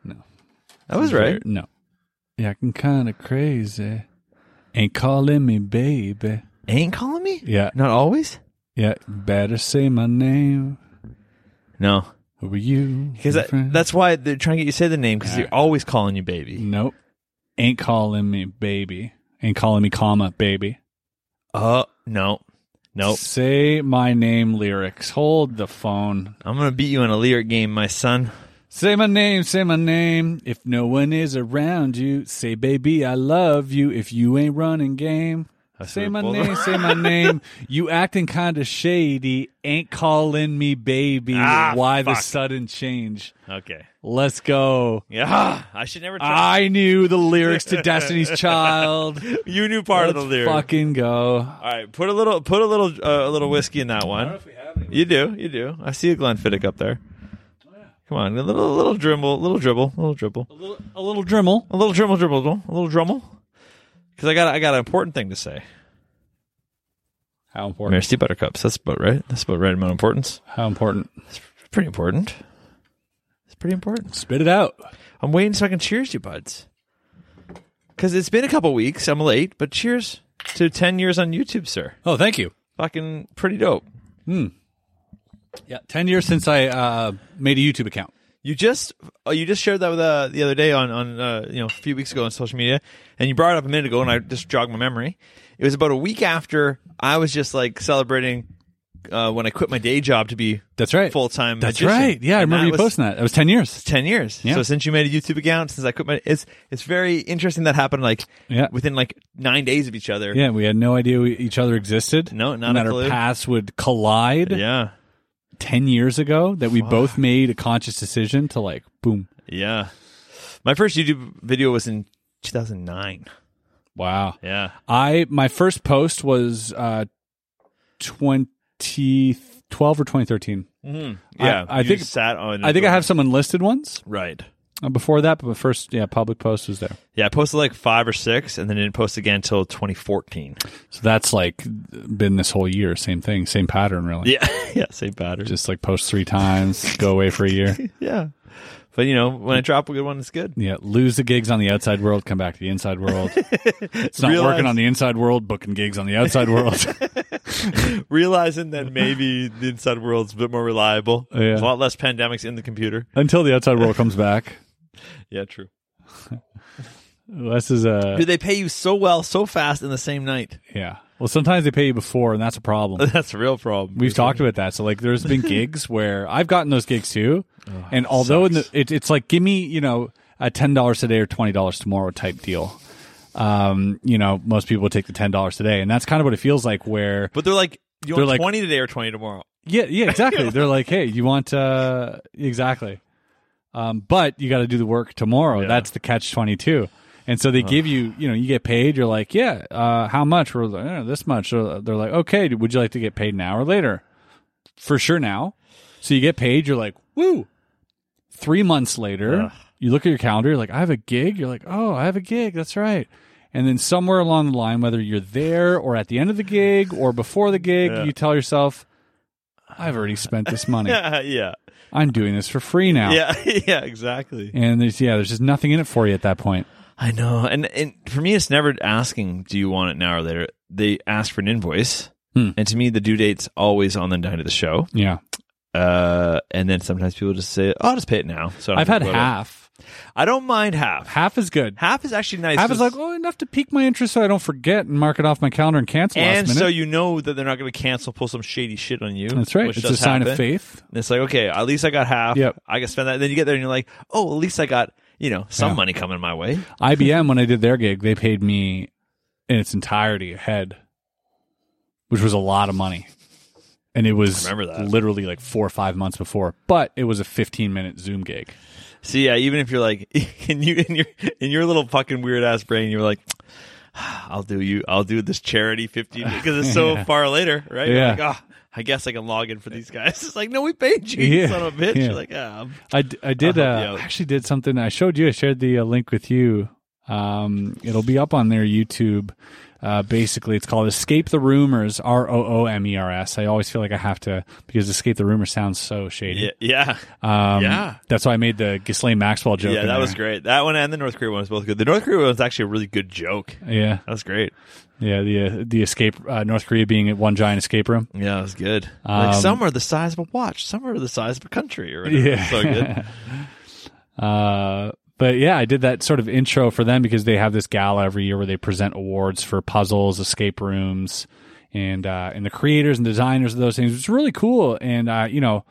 No. that was right. no. Yeah, I'm kind of crazy. Ain't calling me baby. Ain't calling me. Yeah, Not always. yeah. Better say my name. No, Who are you? because my friend? that's why they're trying to get you to say the name because they're always calling you baby. Nope. Ain't calling me baby. Ain't calling me comma baby. Uh, no, nope. Say my name lyrics. Hold the phone. I'm gonna beat you in a lyric game, my son. Say my name, say my name. If no one is around you, say baby I love you if you ain't running game. Say what- my hold name, on. say (laughs) my name. You acting kind of shady. Ain't calling me baby. Ah, Why the fuck. sudden change? Okay. Let's (laughs) go. Yeah, I should never. Try. I knew the lyrics to (laughs) Destiny's Child. you knew part of the Let's lyric. Fucking go. All right, put a little, put a little, uh, a little whiskey in that one. you do, you do. I see a Glenfiddich up there. Come on, a little, little dribble, little dribble, little dribble, A little, a little Dremel. a little dribble, dribble, dribble, a little drummel. Because I got, I got an important thing to say. How important? Mercy buttercups. That's about right. That's about right amount of importance. How important? It's pretty important. It's pretty important. Spit it out. I'm waiting so I can cheers you, buds. Because it's been a couple weeks. I'm late, but cheers to 10 years on YouTube, sir. Oh, thank you. Fucking pretty dope. Yeah, ten years since I uh, made a YouTube account. You just oh, you just shared that with uh, the other day on on uh, you know a few weeks ago on social media, and you brought it up a minute ago, and I just jogged my memory. It was about a week after I was just like celebrating uh, when I quit my day job to be That's right. full time. That's right. Yeah, I remember you posting that. It was 10 years. Ten years. Yeah. So since you made a YouTube account, since I quit my, it's it's very interesting that happened like Yeah. within like nine days of each other. Yeah, we had no idea we, each other existed. No, not and a that clue. our paths would collide yeah, 10 years ago that we both made a conscious decision to like boom. yeah. My first YouTube video was in 2009. Wow. Yeah, I my first post was uh 2012 or 2013. yeah. I you think- just sat on. I think I have some enlisted ones right. uh, before that, but my first yeah, public post was there. Yeah, I posted like five or six, and then didn't post again until 2014. So that's like been this whole year, same thing, same pattern really. (laughs) Yeah, (laughs) yeah, same pattern. Just like post 3 times, go away for a (laughs) year. yeah, but you know, when I drop a good one, it's (laughs) good. Yeah, lose the gigs on the outside world, come back to the inside (laughs) world. It's not Realize- working on the inside world, booking gigs on the outside (laughs) world. Realizing that maybe the inside world's a bit more reliable. Yeah. There's a lot less pandemics in the computer. Until the outside world comes back. Yeah, true. This is a Do they pay you so well, so fast in the same night? yeah. Well, sometimes they pay you before, and that's a problem. (laughs) That's a real problem. We've talked about that. So like, there's been gigs where I've gotten those gigs too, and although in the, it, it's like, give me you know a ten dollars today or twenty dollars tomorrow type deal. Um, you know, most people would take the ten dollars today, and that's kind of what it feels like. Where But they're like, you They're want like- 20 today or 20 tomorrow? yeah, yeah, exactly. They're like, hey, you want uh exactly, um, but you got to do the work tomorrow. That's the catch twenty two. And so they give you, you know, you get paid. You're like, yeah, uh, how much? We're like, "Eh, this much. So They're like, okay, would you like to get paid now or later? for sure now. So you get paid, you're like, woo. Three months later, you look at your calendar, you're like, I have a gig. You're like, oh, I have a gig. That's right. And then somewhere along the line, whether you're there or at the end of the gig or before the gig, you tell yourself, I've already spent this money. (laughs) Yeah, yeah. I'm doing this for free now. Yeah, (laughs) yeah, exactly. And there's, yeah, there's just nothing in it for you at that point. I know. And, and for me, it's never asking, do you want it now or later? They ask for an invoice. Hmm. And to me, the due date's always on the night of the show. Yeah. Uh, and then sometimes people just say, oh, I'll just pay it now. So I don't I've had think about half. it. I don't mind half. Half is good. Half is actually nice. Half is 'cause- like, oh, enough to pique my interest so I don't forget and mark it off my calendar and cancel oh, last and minute. so you know that they're not going to cancel, pull some shady shit on you. That's right. which It's a does sign of happen. faith. And it's like, okay, at least I got half. Yep. I can spend that. then you get there and you're like, oh, at least I got, you know, some Yeah. money coming my way. IBM when I did their gig, they paid me in its entirety ahead, which was a lot of money, and it was I remember that. literally like four or five months before. But it was a fifteen minute Zoom gig. So yeah, even if you're like (laughs) in you in your in your little fucking weird ass brain, you're like, "Ah, I'll do you, I'll do this (laughs) charity fifteen because it's so far later, right? You're Yeah. like, "Ah, I guess I can log in for these guys. (laughs) It's like, no, we paid you, you Yeah. son of a bitch. Yeah. You're like, ah, I'm- I, d- I did I'll help you uh, out. I actually did something. I showed you. I shared the uh, link with you. Um, it'll be up on their YouTube. Uh, basically, it's called "Escape the Rumors." R O O M E R S. I always feel like I have to because "Escape the Rumor" sounds so shady. yeah, yeah, Um, Yeah. That's why I made the Ghislaine Maxwell joke. yeah. in That was there. great. That one and the North Korea one was both good. The North Korea one was actually a really good joke. Yeah. That was great. Yeah, the uh, the escape uh, North Korea being one giant escape room. Yeah, it was good. Um, like some are the size of a watch, some are the size of a country. Or whatever. Yeah. Yeah, so good. Uh, but yeah, I did that sort of intro for them because they have this gala every year where they present awards for puzzles, escape rooms, and uh, and the creators and designers of those things. It's really cool, and uh, you know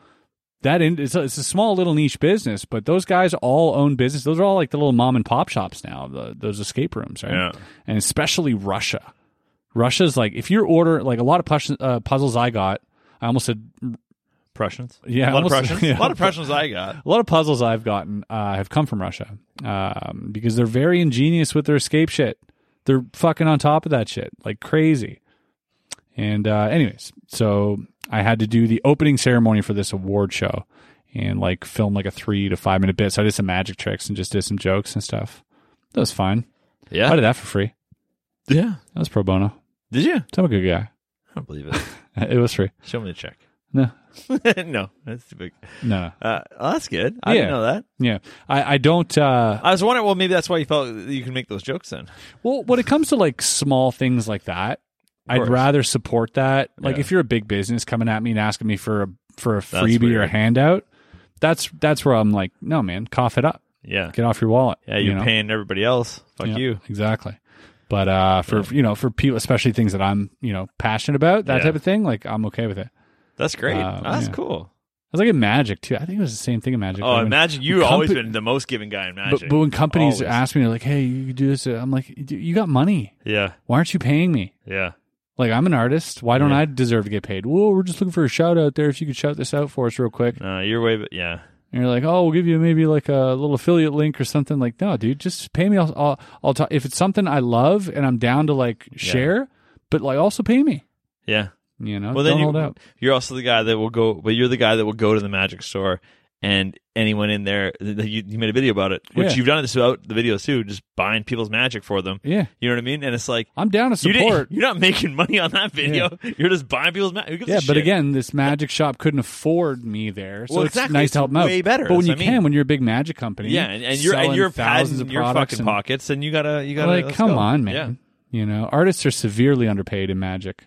that in, it's, a, it's a small little niche business, but those guys all own business. Those are all like the little mom and pop shops now. The, those escape rooms, right? Yeah. And especially Russia. Russia's like if you order like a lot of pus- uh, puzzles I got. I almost said Prussians. (laughs) Yeah, a lot of almost- Prussians. yeah. A lot of Prussians I got. a lot of puzzles I've gotten uh, have come from Russia um, because they're very ingenious with their escape shit. They're fucking on top of that shit like crazy. And uh, anyways, so I had to do the opening ceremony for this award show and like film like a three to five minute bit. So I did some magic tricks and just did some jokes and stuff. That was fine. Yeah, I did that for free. yeah. That was pro bono. Did you? So I'm a good guy. (laughs) I don't believe (laughs) it. It was free. Show me the check. No, (laughs) no, that's too big. no, no. Uh, well, that's good. I Yeah. didn't know that. Yeah, I, I don't. Uh, I was wondering. Well, maybe that's why you felt that you can make those jokes then. Well, when it comes to like small things like that, I'd course. rather support that. Like Yeah. if you're a big business coming at me and asking me for a for a freebie or a weird. handout, that's that's where I'm like, no man, cough it up, Yeah, get off your wallet. yeah. You're you know? paying everybody else. Fuck Yeah, you. exactly. But uh, for you know, for people, especially things that I'm you know passionate about, that Yeah. type of thing, like I'm okay with it. That's great. Uh, Oh, that's yeah. cool. I was like in Magic too. I think it was the same thing in Magic. Oh, I mean, imagine you when always compa- been the most giving guy in Magic. But, but when companies Always. ask me, they're like, "Hey, you could do this," I'm like, "You- "You got money? yeah, Why aren't you paying me? yeah, Like, I'm an artist. Why don't Yeah. I deserve to get paid?" Well, we're just looking for a shout out there. If you could shout this out for us real quick, no, you're way, but yeah, and you're like, "Oh, we'll give you maybe like a little affiliate link or something." Like, no, dude, just pay me. I'll I'll, I'll talk. If it's something I love and I'm down to like share, but like also pay me. yeah. You know, Well, don't then hold you, out. you're also the guy that will go, but you're the guy that will go to the Magic store and anyone in there, th- th- you, you made a video about it, which Yeah. you've done this about the videos too, just buying people's Magic for them. Yeah, You know what I mean? And it's like. I'm down to (laughs) You support. didn't, you're not making money on that video. You're just buying people's magic. Who gives a Yeah, but shit? again, this magic shop couldn't afford me there, so Well, it's exactly. nice It's to help them out. way better. But when That's you what I can, mean. when you're a big magic company, yeah, and, and you're selling and you're thousands padding of your products fucking and- pockets, and you gotta you gotta Like, let's come go. on, man. Yeah. You know, artists are severely underpaid in magic.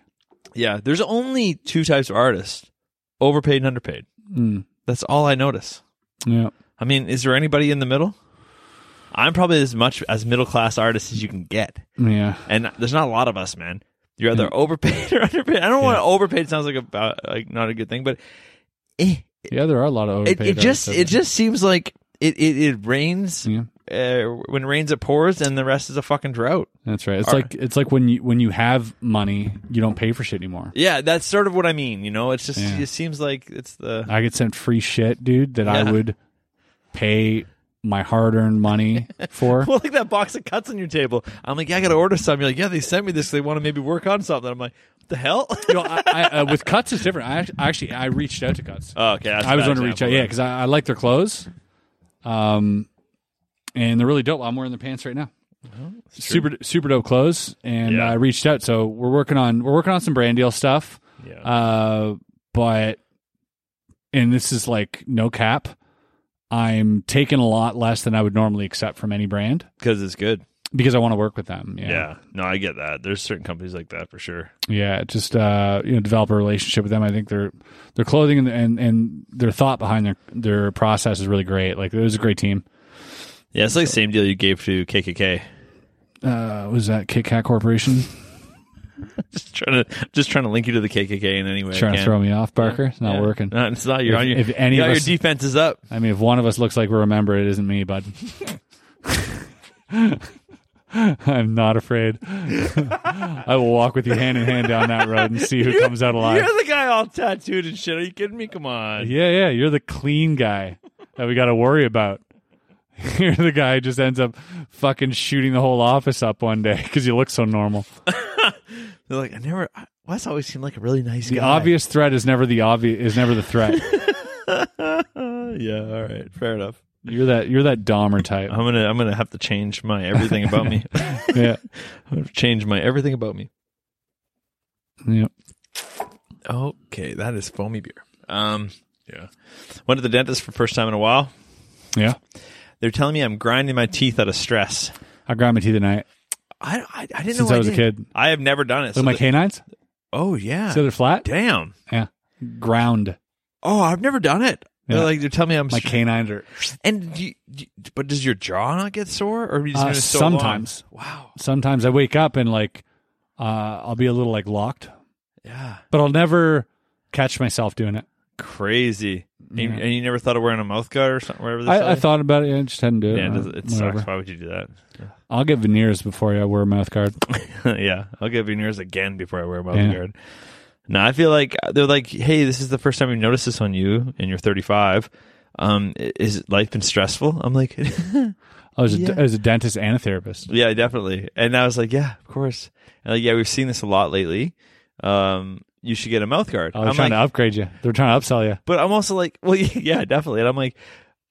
Yeah, there's only two types of artists: overpaid and underpaid. Mm. That's all I notice. Yeah, I mean, is there anybody in the middle? I'm probably as much as middle class artist as you can get, yeah. and there's not a lot of us, man. You're either Mm. overpaid (laughs) or underpaid. I don't want to overpaid sounds like a uh, like not a good thing, but eh, Yeah, there are a lot of it, overpaid. it just it artists out just seems like it it, it rains. there. yeah, Uh, when it rains, it pours, and the rest is a fucking drought. that's right. It's All like it's like when you when you have money, you don't pay for shit anymore. Yeah, that's sort of what I mean. You know, it's just Yeah. it seems like it's the (laughs) I get sent free shit, dude, that I Yeah. would pay my hard earned (laughs) money for. well, like that box of cuts on your table. I'm like, yeah, I got to order some. You're like, yeah, they sent me this. They want to maybe work on something. I'm like, what the hell? (laughs) you know, I, I, uh, with cuts it's different. I act- I actually I reached out to cuts. oh, okay, that's I a was bad going to reach out, example. yeah, because I, I like their clothes, um, and they're really dope. I'm wearing the pants right now. super super dope clothes, and Yeah. I reached out. So we're working on we're working on some brand deal stuff. Yeah. Uh, but and this is like no cap. I'm taking a lot less than I would normally accept from any brand because it's good. because I want to work with them. Yeah. no, I get that. There's certain companies like that for sure. Yeah, just uh, you know, develop a relationship with them. I think their their clothing and and, and their thought behind their their process is really great. Like it was a great team. Yeah, it's like the same deal you gave to KKK. Uh, was that Kit Kat Corporation (laughs) Just trying to just trying to link you to the KKK in any way. I trying to can. throw me off, Barker? It's not (laughs) Yeah. working. No, it's not. You're If- on your if any you of got us- your defense is up. I mean, if one of us looks like we remember, it isn't me, bud. (laughs) I'm not afraid. (laughs) I will walk with you hand in hand down that road and see (laughs) who comes out alive. You're the guy all tattooed and shit. Are you kidding me? Come on. Yeah, yeah, you're the clean guy that we got to worry about. (laughs) You're the guy who just ends up fucking shooting the whole office up one day because you look so (laughs) normal. They're like, I never. I- Wes always seemed like a really nice The guy. obvious threat is never the obvious is never the threat. (laughs) yeah. All right. Fair enough. You're that you're that Dahmer type. I'm gonna. I'm gonna have to change my everything (laughs) about me. (laughs) I'm Yeah, gonna change my everything about me. yeah. Okay, that is foamy beer. Um. Yeah. Went to the dentist for the first time in a while. yeah. They're telling me I'm grinding my teeth out of stress. I grind my teeth at night I I, I didn't since know I was a did. kid. I have never done it. Look at so my the- canines. oh yeah. So they're flat. Damn. Yeah, ground. Oh, I've never done it. Yeah. They're like they're telling me I'm. (laughs) My canines are and do you, do you- but does your jaw not get sore or are you just Uh, doing it so sometimes. Long? Wow. sometimes I wake up and like uh, I'll be a little like locked, Yeah. but I'll never catch myself doing it. Crazy. And, you- Yeah. and you never thought of wearing a mouth guard or something? Wherever they I, sell I you? thought about it. and I just hadn't do it. Yeah, it, Uh, does, it whatever. sucks. Why would you do that? (laughs) I'll get veneers before I wear a mouth guard. yeah, I'll get veneers again before I wear a mouth Yeah. guard. No, I feel like uh, they're like, hey, this is the first time we noticed this on you, and you're 35. Um, i- is life been stressful? I'm like, (laughs) I was a, Yeah. I was a dentist and a therapist. yeah, definitely. And I was like, yeah, of course. And like, yeah, we've seen this a lot lately. Um, you should get a mouth guard. I was I'm trying like, to upgrade you. They're trying to upsell you. But I'm also like, well, (laughs) yeah, definitely. And I'm like,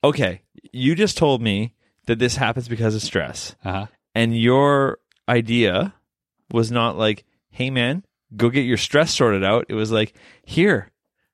okay, you just told me that this happens because of stress. Uh-huh. And your idea was not like, hey, man, go get your stress sorted out. It was like, here,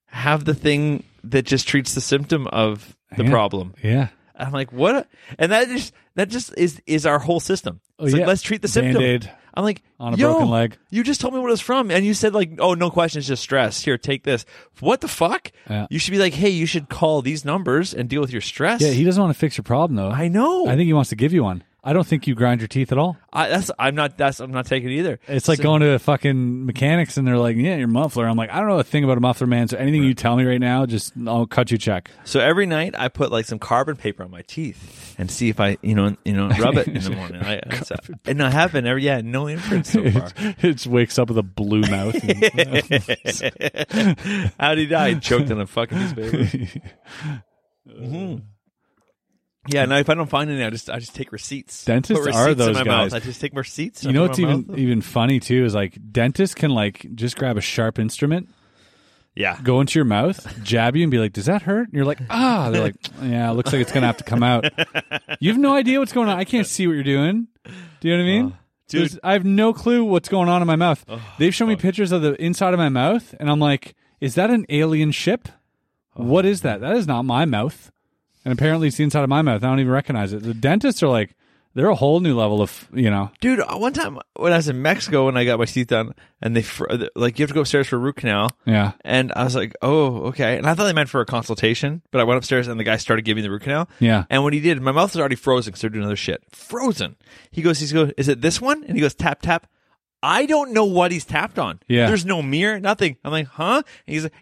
have the thing that just treats the symptom of the Yeah. problem. Yeah. And I'm like, what? a- and that just that just is is our whole system. It's Oh, yeah. like, let's treat the symptom. Band-Aid I'm like, on a Yo, broken leg. You just told me what it was from, and you said like, "Oh, no question, it's just stress." Here, take this. What the fuck? Yeah. You should be like, "Hey, you should call these numbers and deal with your stress." Yeah, he doesn't want to fix your problem though. I know. I think he wants to give you one. I don't think you grind your teeth at all. I, that's I'm not that's I'm not taking it either. It's like going to a fucking mechanics and they're like, "Yeah, your muffler." I'm like, "I don't know a thing about a muffler, man." So anything you tell me right now, just I'll cut you a check. So every night I put like some carbon paper on my teeth and see if I you know you know rub (laughs) it in the morning. I, it's, and I haven't ever yeah no inference so far. (laughs) It just wakes up with a blue mouth. (laughs) How did he die? He Choked on a fucking piece of paper. Mhm. Yeah, no. If I don't find any, I just I just take receipts. Dentists Put are receipts in those my guys. Mouth. I just take receipts. and (laughs) you know I what's put my even mouth- even funny too is like dentists can like just grab a sharp instrument, yeah. go into your mouth, jab you, and be like, "Does that hurt?" And you're like, "Ah." They're like, "Yeah, it looks like it's gonna have to come out." You have no idea what's going on. I can't see what you're doing. Do you know what I mean? Oh, dude. Oh, There's- I have no clue what's going on in my mouth. They've shown me pictures of the inside of my mouth, and I'm like, "Is that an alien ship? Oh, what is that? That is not my mouth." And apparently, it's the inside of my mouth. I don't even recognize it. The dentists are like, they're a whole new level of you know. Dude, uh, one time when I was in Mexico, when I got my teeth done, and they fr- like you have to go upstairs for a root canal, Yeah. and I was like, oh, okay. And I thought they meant for a consultation, but I went upstairs and the guy started giving me the root canal. Yeah. And when he did, my mouth was already frozen because they're doing other shit. Frozen. He goes, he's go, is it this one? And he goes, tap tap. I don't know what he's tapped on. Yeah. There's no mirror, nothing. I'm like, huh? And he's like,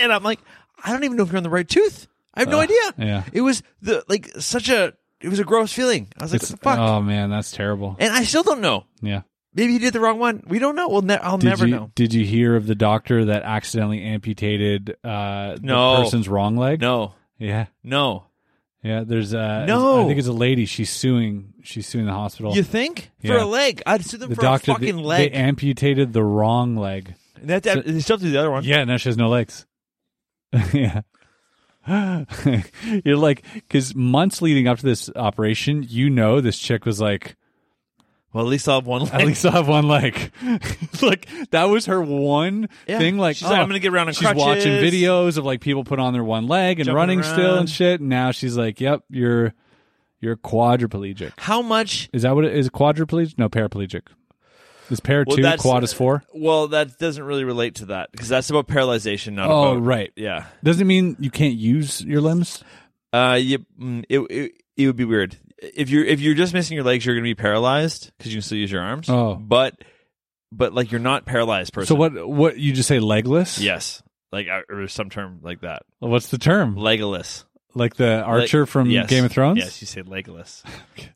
and I'm like, I don't even know if you're on the right tooth. I have no idea. yeah. It was the like such a. It was a gross feeling. I was like, what the fuck? Oh man, that's terrible. and I still don't know. Yeah. Maybe he did the wrong one. We don't know. We'll ne- I'll Did never you know. did you hear of the doctor that accidentally amputated uh, No. the person's wrong leg? No, Yeah. no. Yeah. There's uh No. I think it's a lady. She's suing. She's suing the hospital. You think for Yeah. a leg? I'd sue them the for doctor a fucking they, leg. they amputated the wrong leg. that, that, they still have to do the other one. Yeah. Now she has no legs. (laughs) yeah. (laughs) You're like, because months leading up to this operation, you know, this chick was like, Well, at least I'll have one leg. at least I have one leg. like (laughs) that was her one Yeah. thing. Like She's like, oh, "I'm gonna get around on She's watching crutches." videos of like people put on their one leg and Jumping running still around. and shit. And now she's like, "Yep, you're you're quadriplegic." How much? Is that what it is? Quadriplegic? No, paraplegic. Is pair Well, two that's- quad is four? Well, that doesn't really relate to that because that's about paralyzation, not Oh, about. right. Yeah. Doesn't mean you can't use your limbs. Uh, you, mm, it, it it would be weird if you're if you're just missing your legs, you're gonna be paralyzed because you can still use your arms. Oh. but but like you're not paralyzed person. So what? What you just say legless? Yes. Like uh, or some term like that. What's the term? Legolas. Like the archer Leg- from Yes. Game of Thrones? Yes, you say (laughs) legless.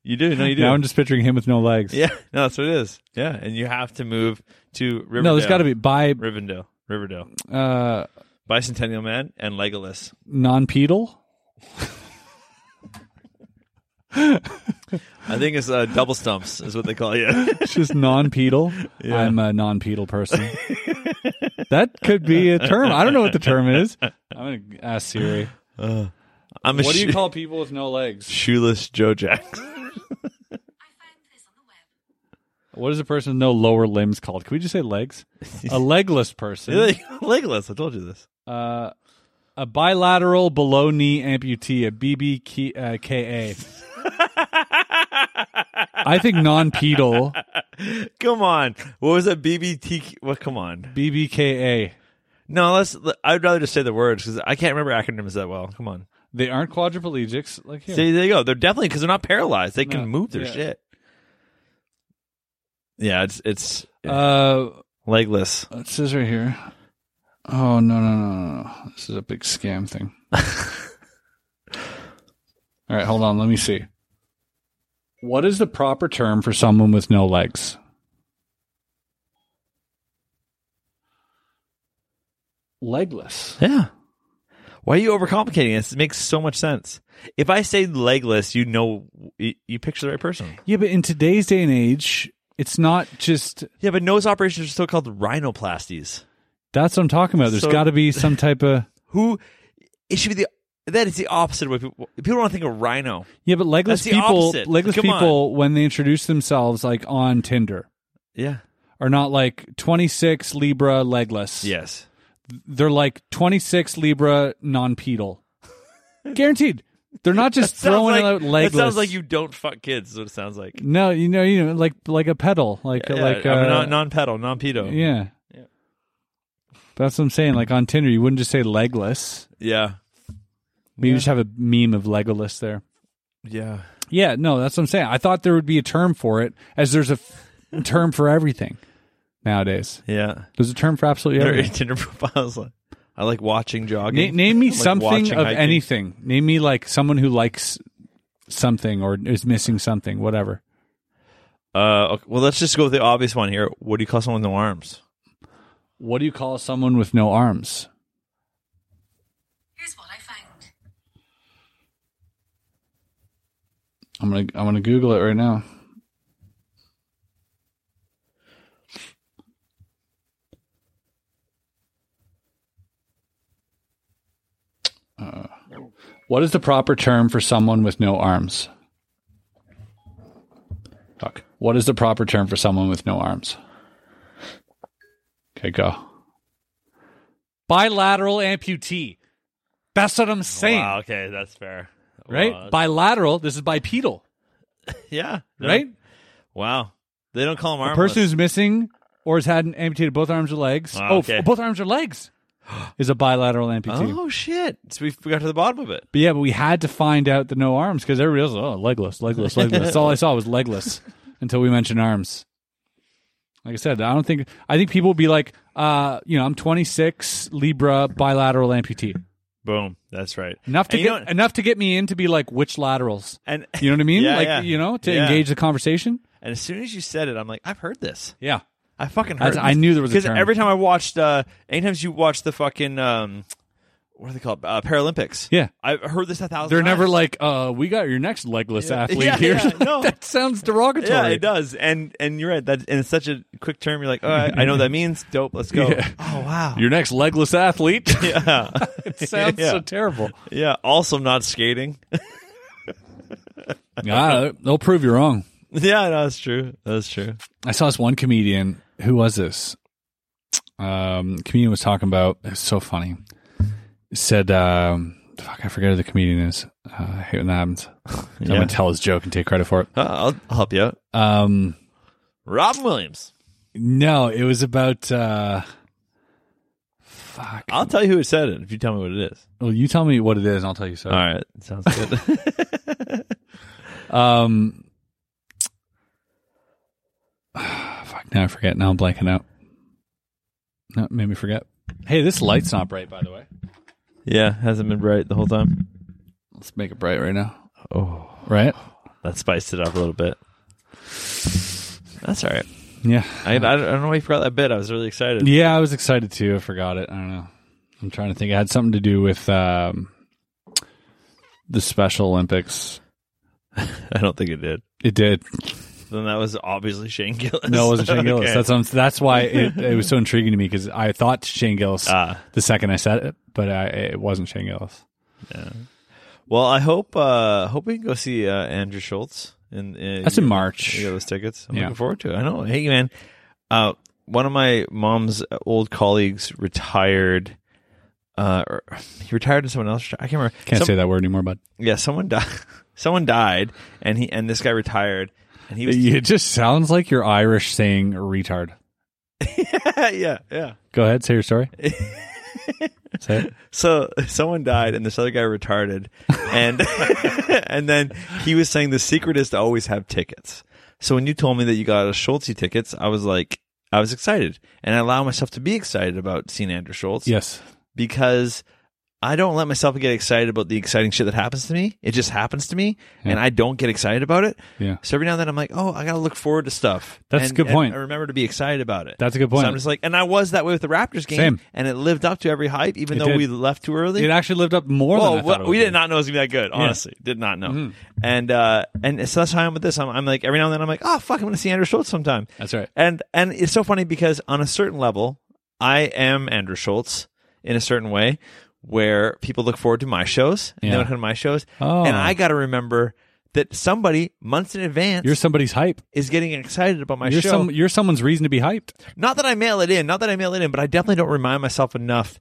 you do. No, you do. Now I'm just picturing him with no legs. (laughs) yeah, no, that's what it is. Yeah, and you have to move to Riverdale. No, there's got to be by Rivendell, Riverdale, uh, Bicentennial Man, and Legolas. non-pedal. I think it's uh, double stumps is what they call you. It's just non-pedal. I'm a non-pedal person. that could be a term. I don't know what the term is. I'm gonna ask Siri. (laughs) I'm a What do you shoe- call people with no legs? shoeless Joe (laughs) Jackson. I found this on the web. What is a person with no lower limbs called? Can we just say legs? A legless person. Legolas, I told you this. Uh, a bilateral below knee amputee. A uh, BBKA. I think non-pedal Come on, what was that BBT? What? Come on, BBKA. no, let's. I'd rather just say the words because I can't remember acronyms that well. Come on, They aren't quadriplegics. Like here. See, there you go. They're definitely because they're not paralyzed. They can No, move their yeah. shit. Yeah, it's it's Uh, legless. It says right here. Oh no no no no! no. This is a big scam (laughs) thing. All right, hold on. Let me see. What is the proper term for someone with no legs? Legless. Yeah. Why are you overcomplicating this? It makes so much sense. If I say legless, you know, you, you picture the right person. Yeah, but in today's day and age, it's not just. Yeah, but nose operations are still called rhinoplasties. That's what I'm talking about. There's So- got to be (laughs) some type of. Who? It should be the. That is the opposite of what people. People don't think of rhino. Yeah, but legless That's the people, opposite. legless Come on. people, when they introduce themselves, like on Tinder, Yeah. are not like 26 Libra legless. Yes. They're like 26 Libra non (laughs) pedal. Guaranteed. They're not just throwing sounds out like, legless. That sounds like you don't fuck kids. Is what it sounds like. No, you know, you know, like like a pedal, like Yeah, like I'm uh, non non pedal, non pedo. yeah. That's what I'm saying. Like on Tinder, you wouldn't just say legless. Yeah. Maybe you just have a meme of legless there. Yeah. Yeah, no, that's what I'm saying. I thought there would be a term for it, as there's a f- term for everything nowadays. Yeah. There's a term for absolutely Their everything. Tinder profiles. Like, I like watching jogging. Na- name me I (laughs) like something watching of hiking. anything. Name me like someone who likes something or is missing something, whatever. Uh, okay, well, let's just go with the obvious one here. What do you call someone with no arms? What do you call someone with no arms? Here's what I found. I'm gonna I'm gonna Google it right now. Uh, what is the proper term for someone with no arms? Fuck. What is the proper term for someone with no arms? Okay, go. Bilateral amputee. That's what I'm saying, Wow, okay, that's fair. right? Wow, that's- Bilateral. This is bipedal, yeah. no. right? Wow. They don't call them A armless. person who's missing or has had an amputated both arms or legs. Ah, oh, okay. f- both arms or legs is a bilateral amputee. Oh shit! So we we got to the bottom of it. But yeah, but we had to find out the no arms because everybody else was, oh legless, (laughs) legless, legless. That's all I saw was legless (laughs) until we mentioned arms. Like I said, I don't think I think people will be like, uh, you know, I'm 26 Libra bilateral amputee. Boom. That's right. Enough to And you get don't- enough to get me in to be like which (laughs) laterals. and You know what I mean? Yeah, like yeah. you know, to Yeah. engage the conversation. and as soon as you said it, I'm like, I've heard this. Yeah. I fucking I- heard. I knew there was a because term. every time I watched, uh, anytime you watch the fucking um, what are they called? Uh, Paralympics. Yeah. I've heard this a thousand. They're never times. (laughs) like, uh, we got your next legless athlete Yeah, here. yeah, (laughs) no. that sounds derogatory. (laughs) Yeah, it does. And and you're right. That and it's such a quick term. You're like, oh, I, I know what that means. Dope. Let's (laughs) go. Yeah. Oh wow. Your next legless athlete. (laughs) yeah. it sounds Yeah. so (laughs) terrible. yeah. Also, not skating. (laughs) Ah, they'll prove you wrong. yeah, no, that's true. That's true. I saw this one comedian. Who was this? Um, comedian was talking about. It was so funny. Said, um, "Fuck, I forget who the comedian is. Uh, I hate when that (laughs) happens. I'm Yeah. gonna tell his joke and take credit for it." Uh, I'll, I'll help you out. Um, Robin Williams. no, it was about. Uh, fuck. I'll tell you who said it if you tell me what it is. well, you tell me what it is, and I'll tell you. So, All right, sounds good. Um, fuck, now I forget. Now I'm blanking out. No, it made me forget. Hey, this light's not bright, by the way. (laughs) yeah, hasn't been bright the whole time. Let's make it bright right now. Oh, Right? that spiced it up a little bit. That's all right. Yeah. I, I don't I don't know why you forgot that bit. I was really excited. Yeah, I was excited too. I forgot it. I don't know. I'm trying to think. It had something to do with um, the Special Olympics. (laughs) I don't think it did. It did. Then that was obviously Shane Gillis. No, it (laughs) wasn't Shane Gillis. (laughs) Okay. That's what I'm- that's why it, it was so intriguing to me because I thought Shane Gillis Ah. the second I said it, but I, it wasn't Shane Gillis. well. I hope uh hope we can go see uh, Andrew Schultz. In, in That's in March. You got those tickets. I'm Yeah. looking forward to it. I know. Hey, man. Uh, one of my mom's old colleagues retired. Uh, or he retired and someone else. retired. I can't remember. Can't Some- say that word anymore, (laughs) bud. Yeah, someone died. (laughs) someone died, and he and this guy retired, and he was. It just sounds like you're Irish saying retard. (laughs) yeah, yeah. Go ahead, say your (laughs) story. say it. So (laughs) someone died, and this other guy retarded, and (laughs) and then he was saying the secret is to always have tickets. So when you told me that you got a Schultzy tickets, I was like, I was excited, and I allow myself to be excited about seeing Andrew Schultz Yes. because I don't let myself get excited about the exciting shit that happens to me. It just happens to me, and I don't get excited about it. Yeah. So every now and then I'm like, oh, I gotta look forward to stuff. That's a And- good and point. I remember to be excited about it. That's a good point. So I'm just like, and I was that way with the Raptors game, Same. and it lived up to every hype, even It though did. we left too early. It actually lived up more Well, than I thought it would we be. Mm-hmm. did not know it was gonna be that good. Honestly, did not know. And uh, and so that's how I'm with this. I'm, I'm like every now and then I'm like, oh fuck, I'm gonna see Andrew Schultz sometime. That's right. And and it's so funny because on a certain level, I am Andrew Schultz in a certain way, where people look forward to my shows and Yeah. they don't come to my shows, Oh. and I got to remember that somebody months in advance You're somebody's hype. is getting excited about my You're show. some. You're someone's reason to be hyped. Not that I mail it in, not that I mail it in, but I definitely don't remind myself enough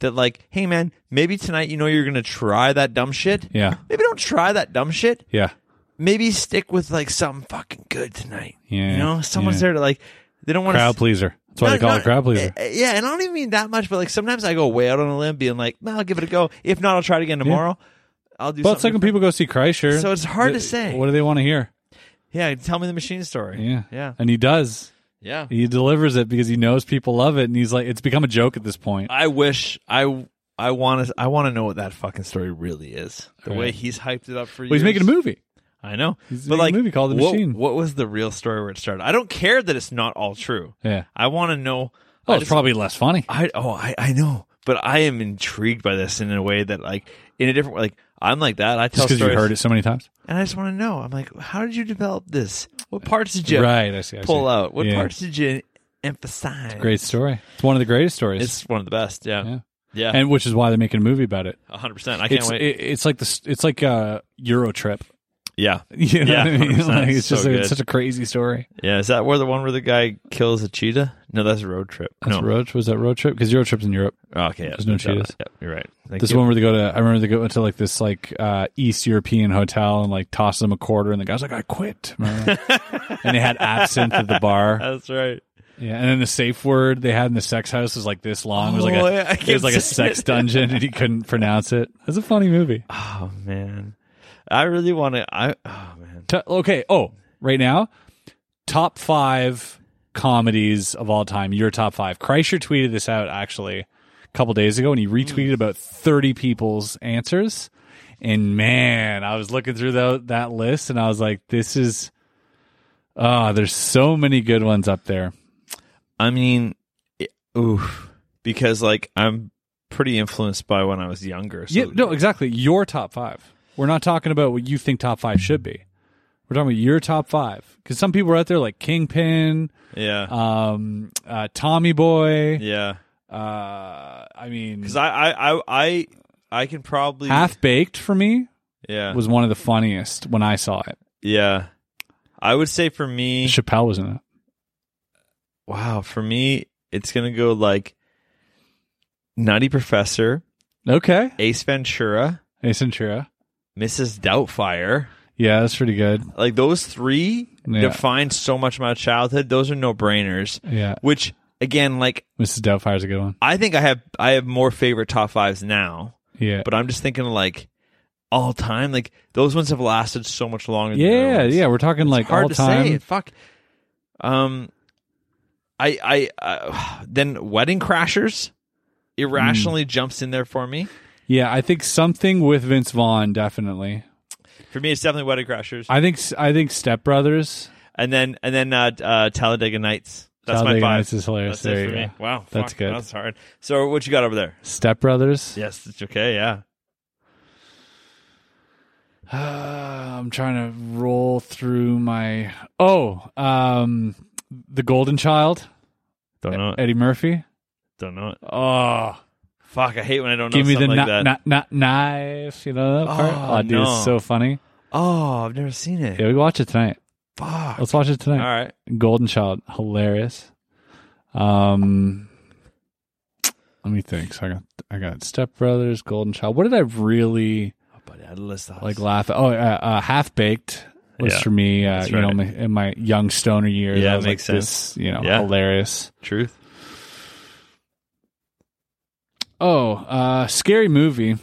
that like, hey man, maybe tonight you know you're gonna try that dumb shit. Yeah. Maybe don't try that dumb shit. Yeah. Maybe stick with like something fucking good tonight. Yeah, You know, someone's yeah. there to like they don't want Crowd pleaser. That's why they call it crowd pleaser. eh, Yeah, and I don't even mean that much, but like sometimes I go way out on a limb being like, well, I'll give it a go. If not, I'll try it again tomorrow. I'll do Well, it's like something. when people go see Kreischer. So it's hard th- to say. What do they want to hear? yeah, tell me the machine story. Yeah. Yeah. And he does. Yeah. He delivers it because he knows people love it, and he's like, it's become a joke at this point. I wish I I want to I want to know what that fucking story really is. The Right. way he's hyped it up for you. Well, he's making a movie. I know. He's but making like a movie called The what- Machine. What was the real story where it started? I don't care that it's not all true. Yeah. I want to know Oh, I it's just- probably less funny. I oh I I know, but I am intrigued by this in a way that like in a different way. Like I'm like that. I tell Just because stories you heard it so many times. and I just want to know. I'm like, how did you develop this? What parts did you Right. I see. I see. pull out? What Yeah. parts did you emphasize? It's Great story. It's one of the greatest stories. It's one of the best. Yeah. Yeah, yeah, and which is why they're making a movie about it. hundred percent. I can't It's wait. it, it's like this. It's like a Euro trip. (laughs) yeah, You know Yeah, what I mean? 100%. Like, it's just So it's good. such a crazy story. yeah. Is that where the one where the guy kills a cheetah? No, that's a road trip. That's no, road was that road trip because Euro trips in Europe. Oh, okay. Yeah, There's no that's that one. cheetahs. Yep, you're right. Thank This you. one where they go to I remember they go to like this like uh, East European hotel and like toss them a quarter and the guy's like I quit. (laughs) Remember? and they had absinthe at the bar. That's right. Yeah, and then the safe word they had in the sex house was like this long. It was like Oh, a yeah, I it was kept like a saying sex it. dungeon and he couldn't pronounce it. It's a funny movie. Oh man, I really want to. I oh man. T- okay. Oh, right now, top five comedies of all time. Your top five. Kreischer tweeted this out actually a couple days ago, and Hmm. he retweeted about thirty people's answers. And man, I was looking through tho- that list, and I was like, "This is ah, there's so many good ones up there." I mean, it, oof. Because like I'm pretty influenced by when I was younger. So yeah, no, exactly. Your top five. We're not talking about what you think top five should be. We're talking about your top five because some people are out there like Kingpin, yeah, um, uh, Tommy Boy, yeah. Uh, I mean, Because I, I, I, I, I can probably Half Baked for me Yeah, was one of the funniest when I saw it. yeah. I would say for me, Chappelle was in it. wow. For me, it's gonna go like Nutty Professor, Okay. Ace Ventura, Hey, Centura. Mrs. Doubtfire. Yeah, that's pretty good. Like those three Yeah. define so much of my childhood. Those are no brainers. Yeah. Which again, like Mrs. Doubtfire's a good one. I think I have, I have more favorite top fives now. Yeah. But I'm just thinking like all time. Like those ones have lasted so much longer. Than the other yeah, ones. yeah. We're talking like It's hard all to time. say. Fuck. Um, I I uh, then Wedding Hmm. Crashers irrationally jumps in there for me. Yeah, I think something with Vince Vaughn definitely. For me, it's definitely Wedding Crashers, I think I think Step Brothers. and then and then uh, uh, Talladega Nights. That's Talladega my five. Nights is hilarious. That's There it for you me. go. Wow, That's fuck, good. That's hard. So what you got over there? Step Brothers. Yes, it's okay. Yeah, (sighs) I'm trying to roll through my oh, um, the Golden Child, don't know. It. Eddie Murphy. Don't know. It. Ah. Oh, Fuck, I hate when I don't know give me the something kni- like that. kni- kni- knife. You know that part? Oh, dude, it's no. so funny. oh, I've never seen it. Yeah, we watch it tonight. Fuck. Let's watch it All tonight. right. Golden Child, hilarious. Um, let me think. So I got I got Step Brothers, Golden Child. What did I really Oh, buddy, I list those. like laugh? at? Oh, uh, uh, Half Baked was Yeah. for me. Uh, you know, right. my, in my young stoner years. Yeah, I was makes like, sense. This, you know, Yeah. hilarious. truth. Oh, uh, scary movie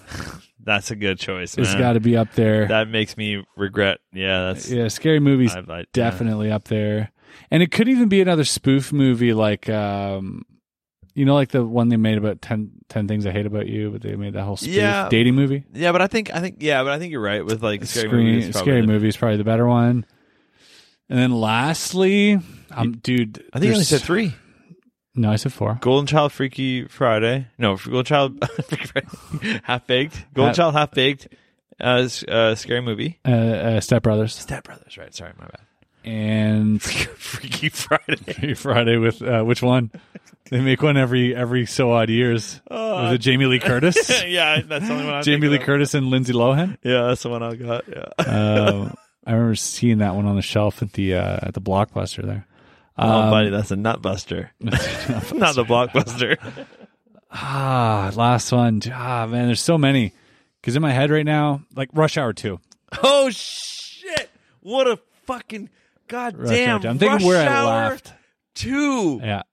That's a good choice. has man. got to be up there. that makes me regret. Yeah, that's yeah, scary movies I- I- yeah. definitely up there. And it could even be another spoof movie like um you know like the one they made about 10, 10 things I hate about you, but they made that whole spoof Yeah. dating movie. Yeah, but I think I think yeah, but I think you're right with like scary Screen- movies. is probably scary the- movie is probably the better one. And then lastly, um dude, I think you only there's- said three: No, I said four. Golden Child, Freaky Friday. No, Golden Child, (laughs) Freaky Friday. Half Baked. Golden Half- Child, Half Baked. Uh, s- uh, scary movie. Uh, uh Step Brothers Step Brothers, right? Sorry, my bad. and (laughs) Freaky Friday. Friday with uh, which one? (laughs) They make one every every so odd years. Oh, Was it Jamie (laughs) Lee Curtis? (laughs) yeah, that's the only one. I'm Jamie thinking Lee of. Curtis and Lindsay Lohan. Yeah, that's the one I got. (laughs) Yeah. Um, I remember seeing that one on the shelf at the uh, at the blockbuster there. oh, buddy, that's a (laughs) nutbuster. Not the blockbuster. Ah, last one. Ah, man, there's so many. Because in my head right now, like Rush Hour Two. (laughs) Oh shit! What a fucking Rush Hour goddamn! Two. I'm thinking where I Hour laughed. Two. Yeah,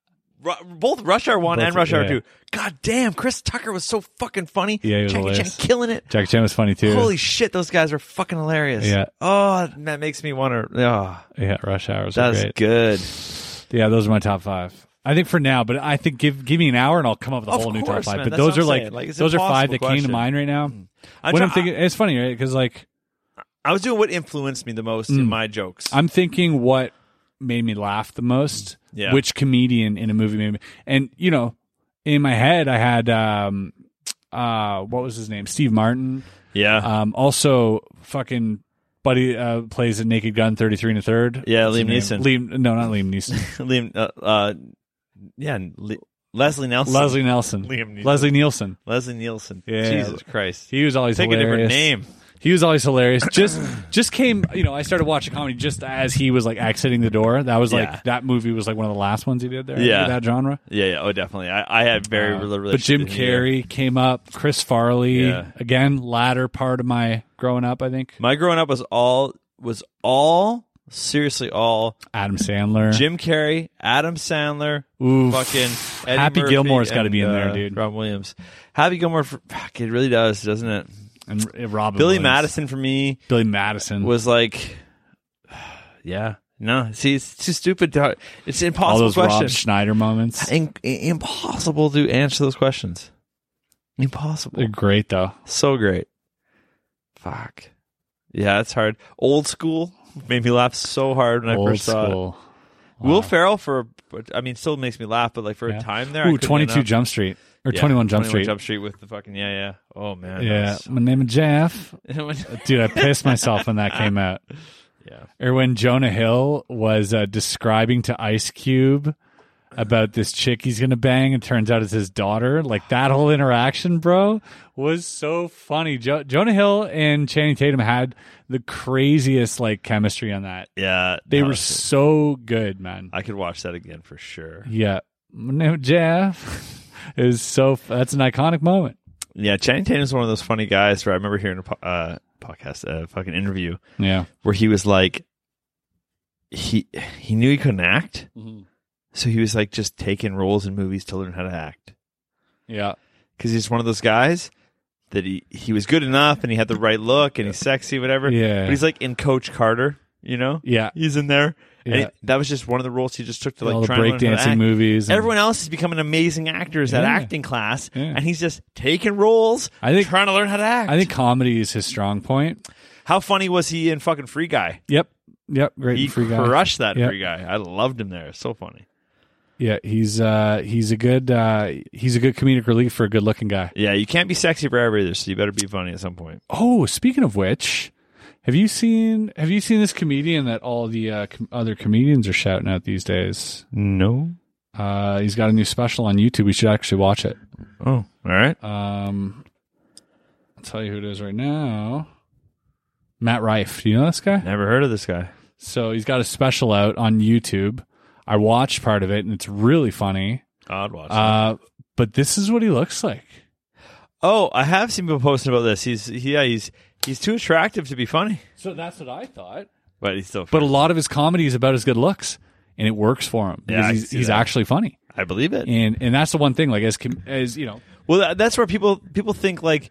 Ru- both Rush Hour One Both- and Rush Hour yeah. Two. God damn, Chris Tucker was so fucking funny. Yeah, he was Jackie Chan hilarious. killing it. Jackie Chan was funny too. Holy shit, those guys were fucking hilarious. Yeah. Oh, that makes me want to. Oh, yeah, rush hours. were that's great. good. Yeah, those are my top five. I think for now, but I think give give me an hour and I'll come up with a Of whole new top course, five. man, but that's those what I'm are like, saying. Like, it's those are impossible five that came to question. mind right now. I'm When I'm try- thinking, it's funny, right? Because like I was doing what influenced me the most in my jokes. Mm. I'm thinking what made me laugh the most. Yeah. Which comedian in a movie made me? And you know, in my head, I had um, uh, what was his name? Steve Martin. yeah. Um, also fucking buddy uh, plays in Naked Gun 33 and a third. Yeah, What's Liam his name? Liam, no, not Liam (laughs) Neeson. (laughs) Liam, uh, uh, yeah, Le- Leslie Nelson. Leslie Nelson. Liam Neeson. Leslie Nielsen. Leslie Nielson. Yeah. Jesus Christ. He was always Take hilarious. a different name. He was always hilarious. Just just came, you know, I started watching comedy just as he was like exiting the door. That was like Yeah. that movie was like one of the last ones he did there. Yeah. That genre. Yeah, yeah. Oh, definitely. I, I had very Uh, little but Jim relationship to him. Carrey came up, Chris Farley Yeah. again, latter part of my growing up, I think. My growing up was all was all seriously all Adam Sandler. Jim Carrey, Adam Sandler, Oof. fucking Eddie Happy Murphy, Gilmore's got to and, be in there, uh, dude. Rob Williams, Happy Gilmore, for, fuck, it really does, doesn't it? and uh, Robin Billy Williams. Mm-hmm. Madison for me Billy Madison. was like, yeah, no, see, it's too stupid. To, it's all an impossible those Rob question. Schneider moments. In- impossible to answer those questions. Impossible. They're great though. So great. Fuck. Yeah, it's hard. Old school made me laugh so hard when I Old first saw it. school. Will Ferrell for, I mean, still makes me laugh, but like for Yeah. a time there, I Ooh, couldn't 22 enough- Jump Street or Yeah, 21 Jump Street. Jump Street with the fucking yeah, yeah. Oh man, Yeah, Uh, that my name is Jeff. was- (laughs) Dude, I pissed myself when that came out. yeah, Or when Jonah Hill was uh, describing to Ice Cube about this chick he's gonna bang, and turns out it's his daughter. Like that whole interaction, bro, was so funny. Jo- Jonah Hill and Channing Tatum had the craziest like chemistry on that. yeah. They no, were so good, man. I could watch that again for sure. Yeah, my name is Jeff. (laughs) Is so f- that's an iconic moment. Yeah, Channing Tatum is one of those funny guys where I remember hearing a po- uh, podcast, a fucking interview Yeah. where he was like, he he knew he couldn't act, Mm-hmm. so he was like just taking roles in movies to learn how to act Yeah. because he's one of those guys that he he was good enough and he had the right look and he's sexy, whatever. Yeah. but he's like in Coach Carter, you know. Yeah. He's in there. And Yeah. it- that was just one of the roles he just took to like All the try and learn how to breakdancing act. movies. and- Everyone else is becoming amazing actors at Yeah. acting class, Yeah. and he's just taking roles. I think- trying to learn how to act. I think comedy is his strong point. How funny was he in fucking Free Guy? Yep. Yep. Great He free guy. crushed that Yeah. Free Guy. I loved him there. So funny. Yeah, he's uh he's a good uh he's a good comedic relief for a good looking guy. Yeah, you can't be sexy forever either, so you better be funny at some point. Oh, speaking of which, have you seen have you seen this comedian that all the uh, com- other comedians are shouting out these days? No. Uh he's got a new special on YouTube. We should actually watch it. Oh, all right. Um I'll tell you who it is right now. Matt Rife. Do you know this guy? Never heard of this guy. So he's got a special out on YouTube. I watched part of it and it's really funny. I'd watch. that. Uh, but this is what he looks like. oh, I have seen people posting about this. He's yeah, he's he's too attractive to be funny, So that's what I thought. but he's still. But Funny. a lot of his comedy is about his good looks, and it works for him because I he's, see he's that. actually funny. I believe it. And and that's the one thing. Like as com- as you know, Well, tha- that's where people people think like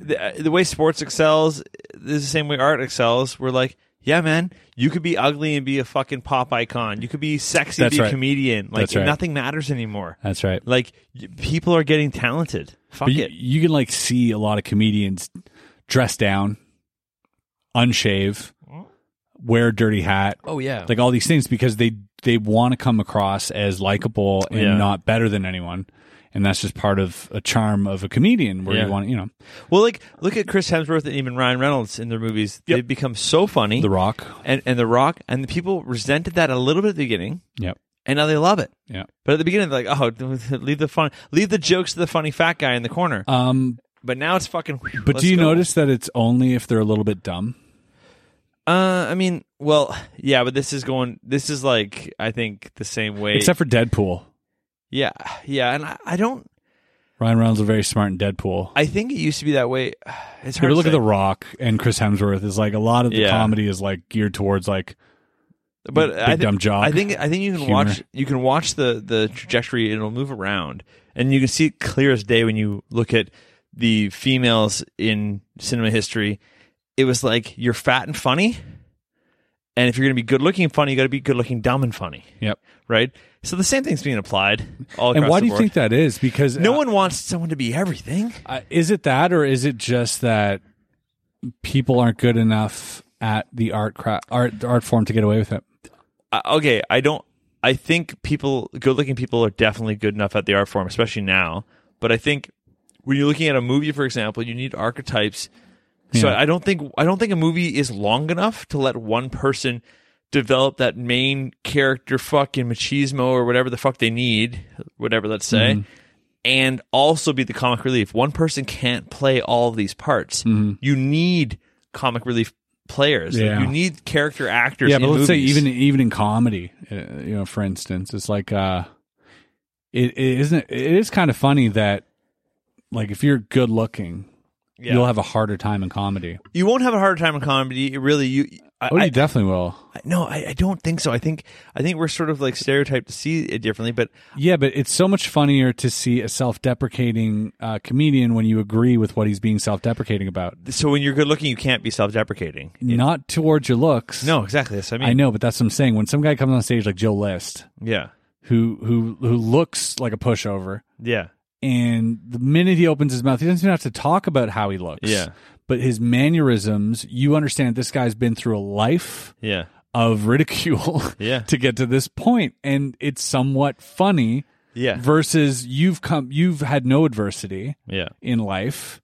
the, the way sports excels is the same way art excels. We're like, yeah, man, you could be ugly and be a fucking pop icon. You could be sexy and That's be right. a comedian. Like That's right. nothing matters anymore. that's right. Like y- people are getting talented. Fuck But you, it. you can like see a lot of comedians dress down, unshave, wear a dirty hat, Oh yeah. like all these things because they they want to come across as likable and Yeah. not better than anyone. And that's just part of a charm of a comedian where Yeah. you want, you know, well, like look at Chris Hemsworth and even Ryan Reynolds in their movies. They've become so funny. The Rock. and and The Rock and the people resented that a little bit at the beginning, Yep. and now they love it. Yeah. But at the beginning, they're like, oh, (laughs) leave the fun, leave the jokes to the funny fat guy in the corner. Um, But now it's fucking. but let's do you go. notice that it's only if they're a little bit dumb? Uh, I mean, well, yeah, but this is going. This is like I think the same way. Except for Deadpool. yeah, yeah, and I, I don't. Ryan Reynolds was very smart in Deadpool. I think it used to be that way. (sighs) It's If you hard. look to at say. The Rock and Chris Hemsworth, is like a lot of the Yeah. comedy is like geared towards like But I, dumb jock I think I think you can humor. watch you can watch the the trajectory and it'll move around, and you can see it clear as day when you look at the females in cinema history. It was like you're fat and funny, and if you're gonna be good looking and funny, you got to be good looking, dumb and funny, Yep. right? So the same thing's being applied all across And why the do you board. think that is? Because no uh, one wants someone to be everything. uh, is it that, or is it just that people aren't good enough at the art cra- art art form to get away with it? I- okay, I don't. I think people, good-looking people, are definitely good enough at the art form, especially now. But I think when you're looking at a movie, for example, you need archetypes. So Yeah. I don't think I don't think a movie is long enough to let one person develop that main character fucking machismo or whatever the fuck they need, whatever let's say, Mm-hmm. and also be the comic relief. One person can't play all of these parts. You need comic relief players. Like, Mm-hmm. Yeah. you need character actors. yeah, in but let's say movies. even even in comedy, uh, you know, for instance, it's like uh, it, it isn't. It is kind of funny that like if you're good looking, Yeah. you'll have a harder time in comedy. you won't have a harder time in comedy. It really, you. I, Oh, I- you definitely will. I- no, I, I don't think so. I think I think we're sort of like stereotyped to see it differently. But Yeah, but it's so much funnier to see a self-deprecating uh, comedian when you agree with what he's being self-deprecating about. so when you're good looking, you can't be self-deprecating. Not towards your looks. No, exactly. That's what I mean. I know, but that's what I'm saying. When some guy comes on stage like Joe List, Yeah, who who who looks like a pushover, yeah, and the minute he opens his mouth, he doesn't even have to talk about how he looks. Yeah. But his mannerisms, you understand this guy's been through a life yeah, of ridicule (laughs) Yeah. to get to this point, and it's somewhat funny yeah, versus you've come you've had no adversity yeah, in life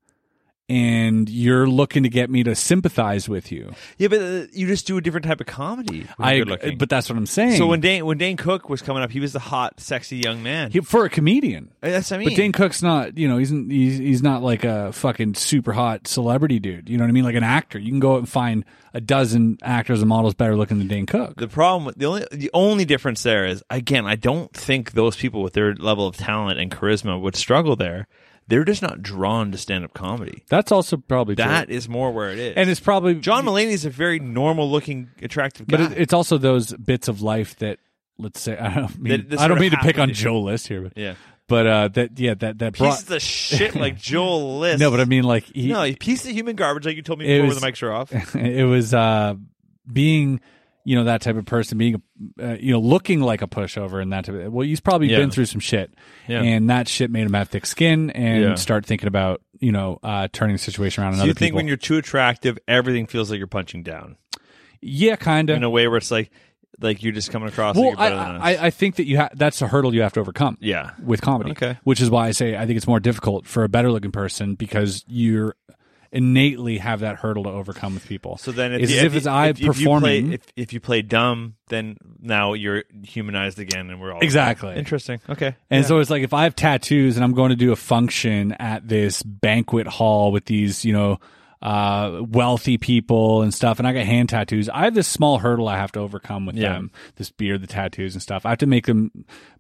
and you're looking to get me to sympathize with you. yeah. But uh, you just do a different type of comedy. When I you're good looking. but that's what I'm saying. so when Dane when Dane Cook was coming up, he was the hot, sexy young man. He- for a comedian. Uh, that's what I mean. (laughs) But Dane Cook's not, you know, he's, he's he's not like a fucking super hot celebrity dude. You know what I mean? Like an actor, you can go out and find a dozen actors and models better looking than Dane Cook. The problem, with- the only the only difference there is, again, I don't think those people with their level of talent and charisma would struggle there. They're just not drawn to stand up comedy. That's also probably That true. is more where it is. and it's probably John Mulaney's a very normal looking, attractive guy. but it, it's also those bits of life that let's say (laughs) I don't mean, That- that I don't sorta mean to pick happen on to- Joe List here, but yeah, but uh, that yeah that that brought pieces of (laughs) shit like Joel List. no, but I mean like he, no, piece of human garbage like you told me It before was- when the mics (laughs) were off. it was uh, being you know that type of person being uh, you know looking like a pushover and that type of well he's probably Yeah. been through some shit Yeah. and that shit made him have thick skin and Yeah. start thinking about you know uh, turning the situation around and Do other you think people when you're too attractive, everything feels like you're punching down yeah kind of in a way where it's like, like you're just coming across? well like I, you're better than us. I I think that you ha- that's a hurdle you have to overcome yeah, with comedy Okay. which is why I say I think it's more difficult for a better looking person because you're innately have that hurdle to overcome with people So then, if, it's you, as if if it's you- I if you- performing If you, play, if, if you play dumb, then now you're humanized again, and we're all Exactly. interesting. Okay, And so it's like if I have tattoos and I'm going to do a function at this banquet hall with these, you know, uh, wealthy people and stuff, and I got hand tattoos. I have this small hurdle I have to overcome with Yeah. them, this beard, the tattoos and stuff. I have to make them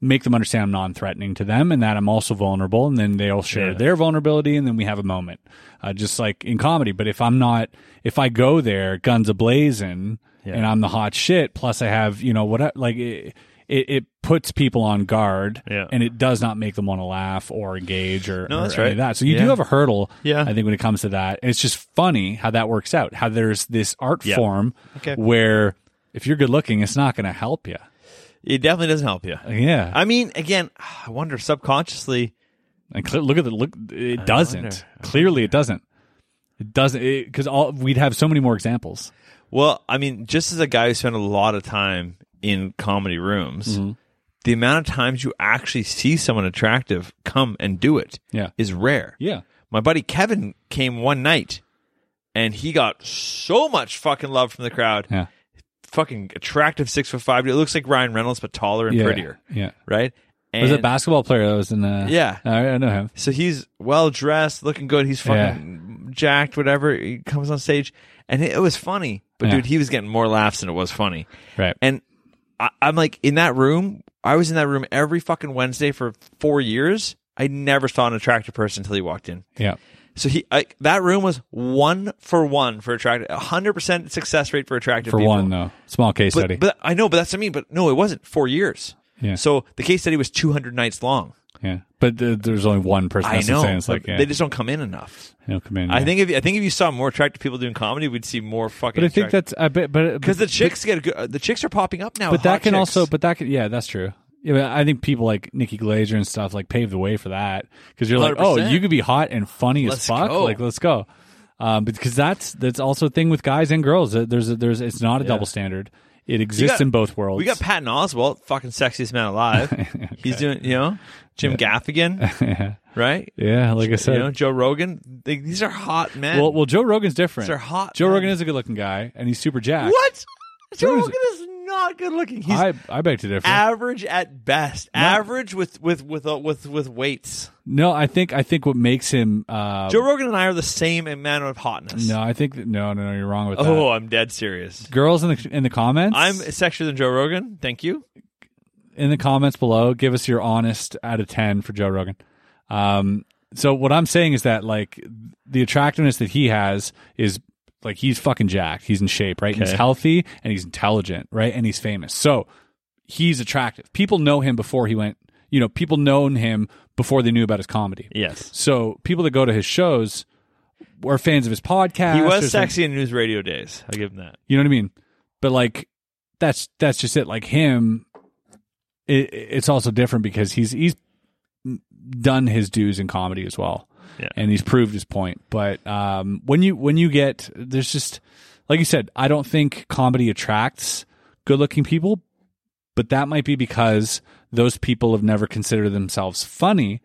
make them understand I'm non-threatening to them and that I'm also vulnerable, and then they'll share Yeah. their vulnerability, and then we have a moment, uh, just like in comedy. But if I'm not, if I go there guns a blazing, and I'm the hot shit, plus I have, you know, what I- like. It, it, it puts people on guard Yeah. and it does not make them want to laugh or engage or, No, or that's any of right. that. So you do Yeah. have a hurdle, Yeah. I think, when it comes to that. And it's just funny how that works out, how there's this art Yeah. form Okay. where if you're good looking, it's not going to help you. it definitely doesn't help you. Yeah. I mean, again, I wonder subconsciously. and cl- look at the look. It doesn't. wonder. Clearly, it doesn't. It doesn't. Because all we'd have so many more examples. Well, I mean, just as a guy who spent a lot of time in comedy rooms, Mm-hmm. the amount of times you actually see someone attractive come and do it is Yeah. rare. Yeah. My buddy Kevin came one night, and he got so much fucking love from the crowd. Yeah. fucking attractive six foot five. dude. It looks like Ryan Reynolds, but taller and Yeah. prettier, Yeah. right? And was a basketball player that was in the. Yeah. I, I know him. so he's well dressed, looking good. He's fucking jacked, whatever. He comes on stage, and it, it was funny. But Yeah. dude, he was getting more laughs than it was funny. Right. And I, I'm like in that room. I was in that room every fucking Wednesday for four years. I never saw an attractive person until he walked in. yeah. So he I, that room was one for one for attractive, hundred percent success rate for attractive for people. one though. Small case but, study. but I know, but that's what I mean. But no, it wasn't four years. Yeah. So the case study was two hundred nights long. yeah, but th- there's only one person. I That's what I'm know. saying. It's like yeah, They just don't come in enough. you know, come in, I yeah. think if I think if you saw more attractive people doing comedy, we'd see more fucking. but I think that's I bet, but because the chicks get a good, uh, the chicks are popping up now. but hot that can chicks. also, but that can, yeah, that's true. Yeah, but I think people like Nikki Glazer and stuff like paved the way for that because you're like, oh, 100%. you could be hot and funny as Let's fuck. go. Like, let's go. Um, because that's that's also a thing with guys and girls. Uh, There's a, there's it's not a double standard. It We exists got- in both worlds. We got Patton Oswalt, fucking sexiest (laughs) man alive. He's doing, you know, Jim Gaffigan, right? yeah, like I said, you know, Joe Rogan. They, these are hot men. Well, well, Joe Rogan's different. They're hot, Joe man. Rogan is a good-looking guy, and he's super jacked. what? Joe Joe's- Rogan is not good looking. He's I I beg to differ. average at best. average with with with uh, with with weights. no, I think I think what makes him. Uh, Joe Rogan and I are the same amount of hotness. no, I think that- no, no, no. You're wrong with that. Oh, I'm dead serious. Girls in the in the comments. I'm sexier than Joe Rogan. Thank you. in the comments below. Give us your honest out of ten for Joe Rogan. Um, so what I'm saying is that like the attractiveness that he has is like he's fucking jacked. He's in shape, right? He's Okay. healthy and he's intelligent, right? And he's famous. So he's attractive. People know him before he went. You know, people known him before they knew about his comedy. Yes. So people that go to his shows were fans of his podcast. He or was something. sexy in news radio days. I give him that. You know what I mean? But like, that's that's just it. Like him, it, it's also different because he's he's done his dues in comedy as well, Yeah. and he's proved his point. But um, when you when you get there's just like you said, I don't think comedy attracts good looking people, but that might be because those people have never considered themselves funny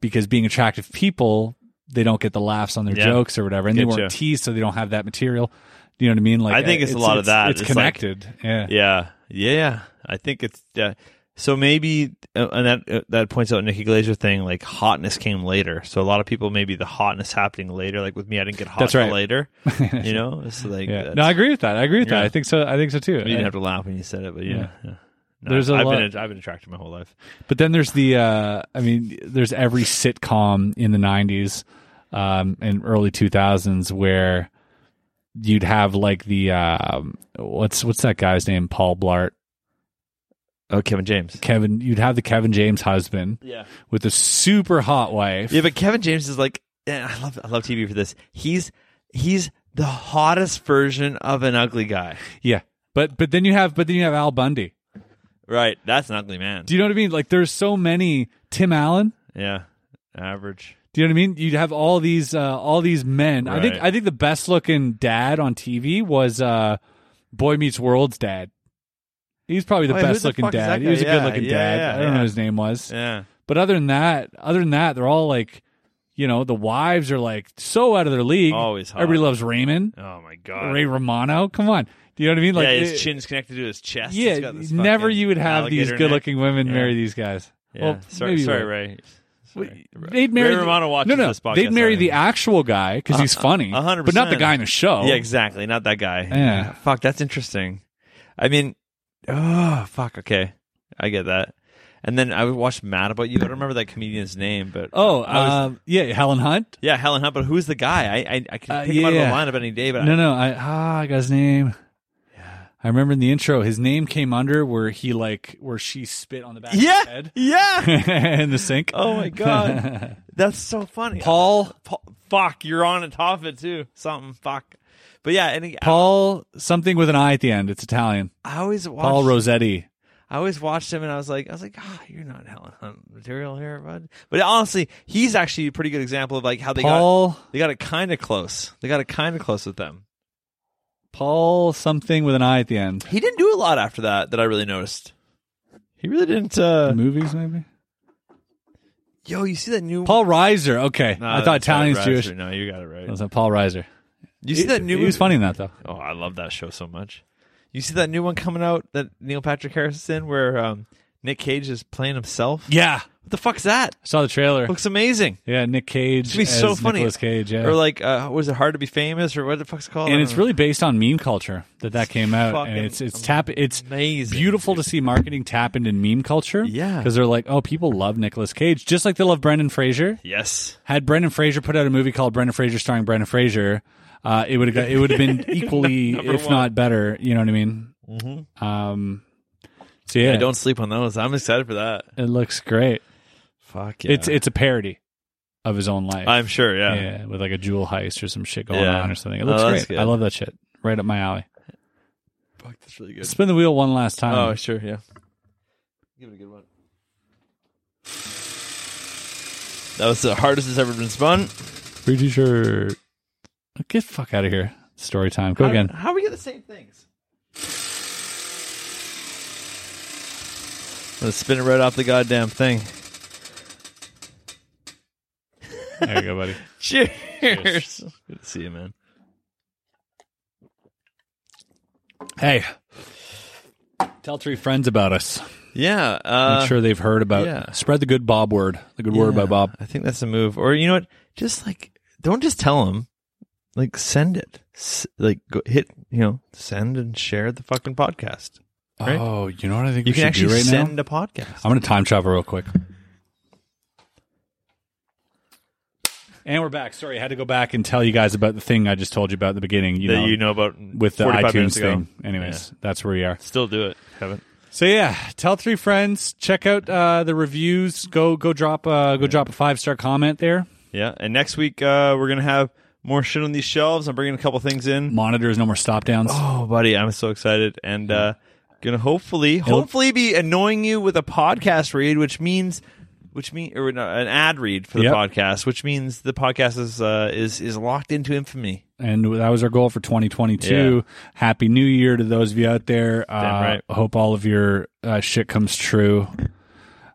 because being attractive people they don't get the laughs on their Yeah. jokes or whatever and they Getcha. weren't teased so they don't have that material you know what i mean like I think it's a lot of that. it's, It's like- connected yeah Yeah, yeah. I think it's uh, so maybe, uh, and that uh, that points out Nikki Glazer thing. Like hotness came later, so a lot of people maybe the hotness happening later. Like with me, I didn't get hot That's till right. (laughs) later. You know, it's like yeah. that's- no i agree with that i agree with that Yeah. i think so i think so too you didn't I- have to laugh when you said it, but yeah. Yeah. yeah. No, There's a I've lot- been I've been attracted my whole life. But then there's the, uh, I mean, there's every sitcom in the 90s um, and early 2000s where you'd have like the, um, what's what's that guy's name? Paul Blart. Oh, Kevin James. Kevin, you'd have the Kevin James husband Yeah, with a super hot wife. yeah. But Kevin James is like, eh, I love I love TV for this. He's he's the hottest version of an ugly guy. Yeah. But, but then you have, but then you have Al Bundy. Right, that's an ugly man. Do you know what I mean? Like there's so many Tim Allen. yeah, average. Do you know what I mean? You'd have all these uh, all these men. I think Right. I think the best looking dad on TV was uh, Boy Meets World's dad. He's probably the Oh, yeah, who best the looking fuck is dad. that He was a guy? Yeah, good looking yeah, dad. yeah, I don't know yeah. what his name was. Yeah. But other than that, other than that, they're all like, you know, the wives are like so out of their league. Always hot. Everybody loves Raymond, Oh my god. Ray Romano. Come on, do you know what I mean? Like, yeah, his it- chin's connected to his chest. He's yeah, got this never fucking you would have these alligator good neck. looking women Yeah. marry these guys. Yeah. Well, sorry, maybe sorry, Ray. Ray. Sorry. They'd marry Ray the- Romano watches no, no, this podcast. They'd marry I the think. actual guy because he's funny, a hundred but not the percent. guy in the show. Yeah, exactly. Not that guy. Yeah. Fuck, that's interesting. I mean, oh fuck. Okay, I get that. And then I watched Mad About You. I don't remember that comedian's name, but Oh, I was- uh, yeah, Helen Hunt. yeah, Helen Hunt. But who's the guy? I I, I can Uh, pick him out yeah. of the lineup any day. But No, I, no, I ah, I got his name. I remember in the intro, his name came under where he like where she spit on the back yeah, of his head (laughs) yeah. in the sink. Oh my God. That's so funny. Paul- Paul, fuck, you're on the top of it too. Something, fuck. But yeah, and he, Paul something with an I at the end. It's Italian. I always watched. Paul Rossetti. I always watched him, and I was like, I was like, ah, you're not Helen Hunt material here, bud. But honestly, he's actually a pretty good example of like how they Paul got they got it kind of close. They got it kind of close with them. Paul something with an I at the end. He didn't do a lot after that that I really noticed. He really didn't. uh Movies maybe. Yo, you see that new Paul Reiser. Okay, No, I that's not thought Italian's right. Jewish. No, you got it right. That was a Paul Reiser. You see that new? He was funny in that though. Oh, I love that show so much. You see that new one coming out that Neil Patrick Harris is in, where um, Nick Cage is playing himself. Yeah. What the fuck's that? I saw the trailer. Looks amazing. Yeah, Nick Cage. It'd be as so funny. Nicolas Cage. Yeah. Or like, uh, was it hard to be famous or what the fuck's it called? I and don't it's know. really based on meme culture that that came out, Fucking and it's it's tap it's amazing, beautiful to see marketing tap into meme culture. Yeah. because they're like, oh, people love Nicolas Cage, just like they love Brendan Fraser. yes. Had Brendan Fraser put out a movie called Brendan Fraser starring Brendan Fraser, uh, it would have got it would have (laughs) been equally, if not better. You know what I mean? Mm-hmm. Um, so yeah, I don't sleep on those. I'm excited for that. it looks great. Fuck yeah. It's it's a parody of his own life. I'm sure. Yeah. yeah, with like a jewel heist or some shit going Yeah. on or something. It Oh, looks that's great. good. I love that shit. Right up my alley. Fuck, that's really good. Spin the wheel one last time. Oh, sure. Yeah. Give it a good one. That was the hardest it's ever been spun. Free t-shirt. Get the fuck out of here. Story time. Go (laughs) again. How, how we get the same things? Let's spin it right off the goddamn thing. There you go, buddy. Cheers. Good to see you, man. Hey. Tell three friends about us. Yeah. Make Uh, sure they've heard about yeah. spread the good Bob word. The good word yeah, about Bob. I think that's a move. Or you know what? Just like don't just tell them. Like send it. S- like go, hit you know send and share the fucking podcast. Right? Oh, you know what I think You we can should actually do right send now? a podcast. I'm gonna time travel real quick. And we're back. Sorry, I had to go back and tell you guys about the thing I just told you about at the beginning. You that know, you know about with the 45 minutes iTunes ago. thing. Anyways, that's where we are. Still do it. Haven't. So yeah, tell three friends. Check out uh, the reviews. Go go drop uh, go drop a five star comment there. Yeah. And next week uh, we're gonna have more shit on these shelves. I'm bringing a couple things in. Monitors, no more stop downs. Oh, buddy, I'm so excited and. uh Gonna hopefully, hopefully, be annoying you with a podcast read, which means, which mean, or no, an ad read for the Yep. podcast, which means the podcast is uh, is is locked into infamy. And that was our goal for 2022. Happy New Year to those of you out there. Uh, Damn right. I hope all of your uh, shit comes true.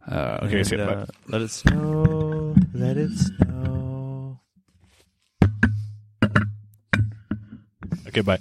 Uh, okay, And, see you. uh, let it snow, let it snow. okay, bye.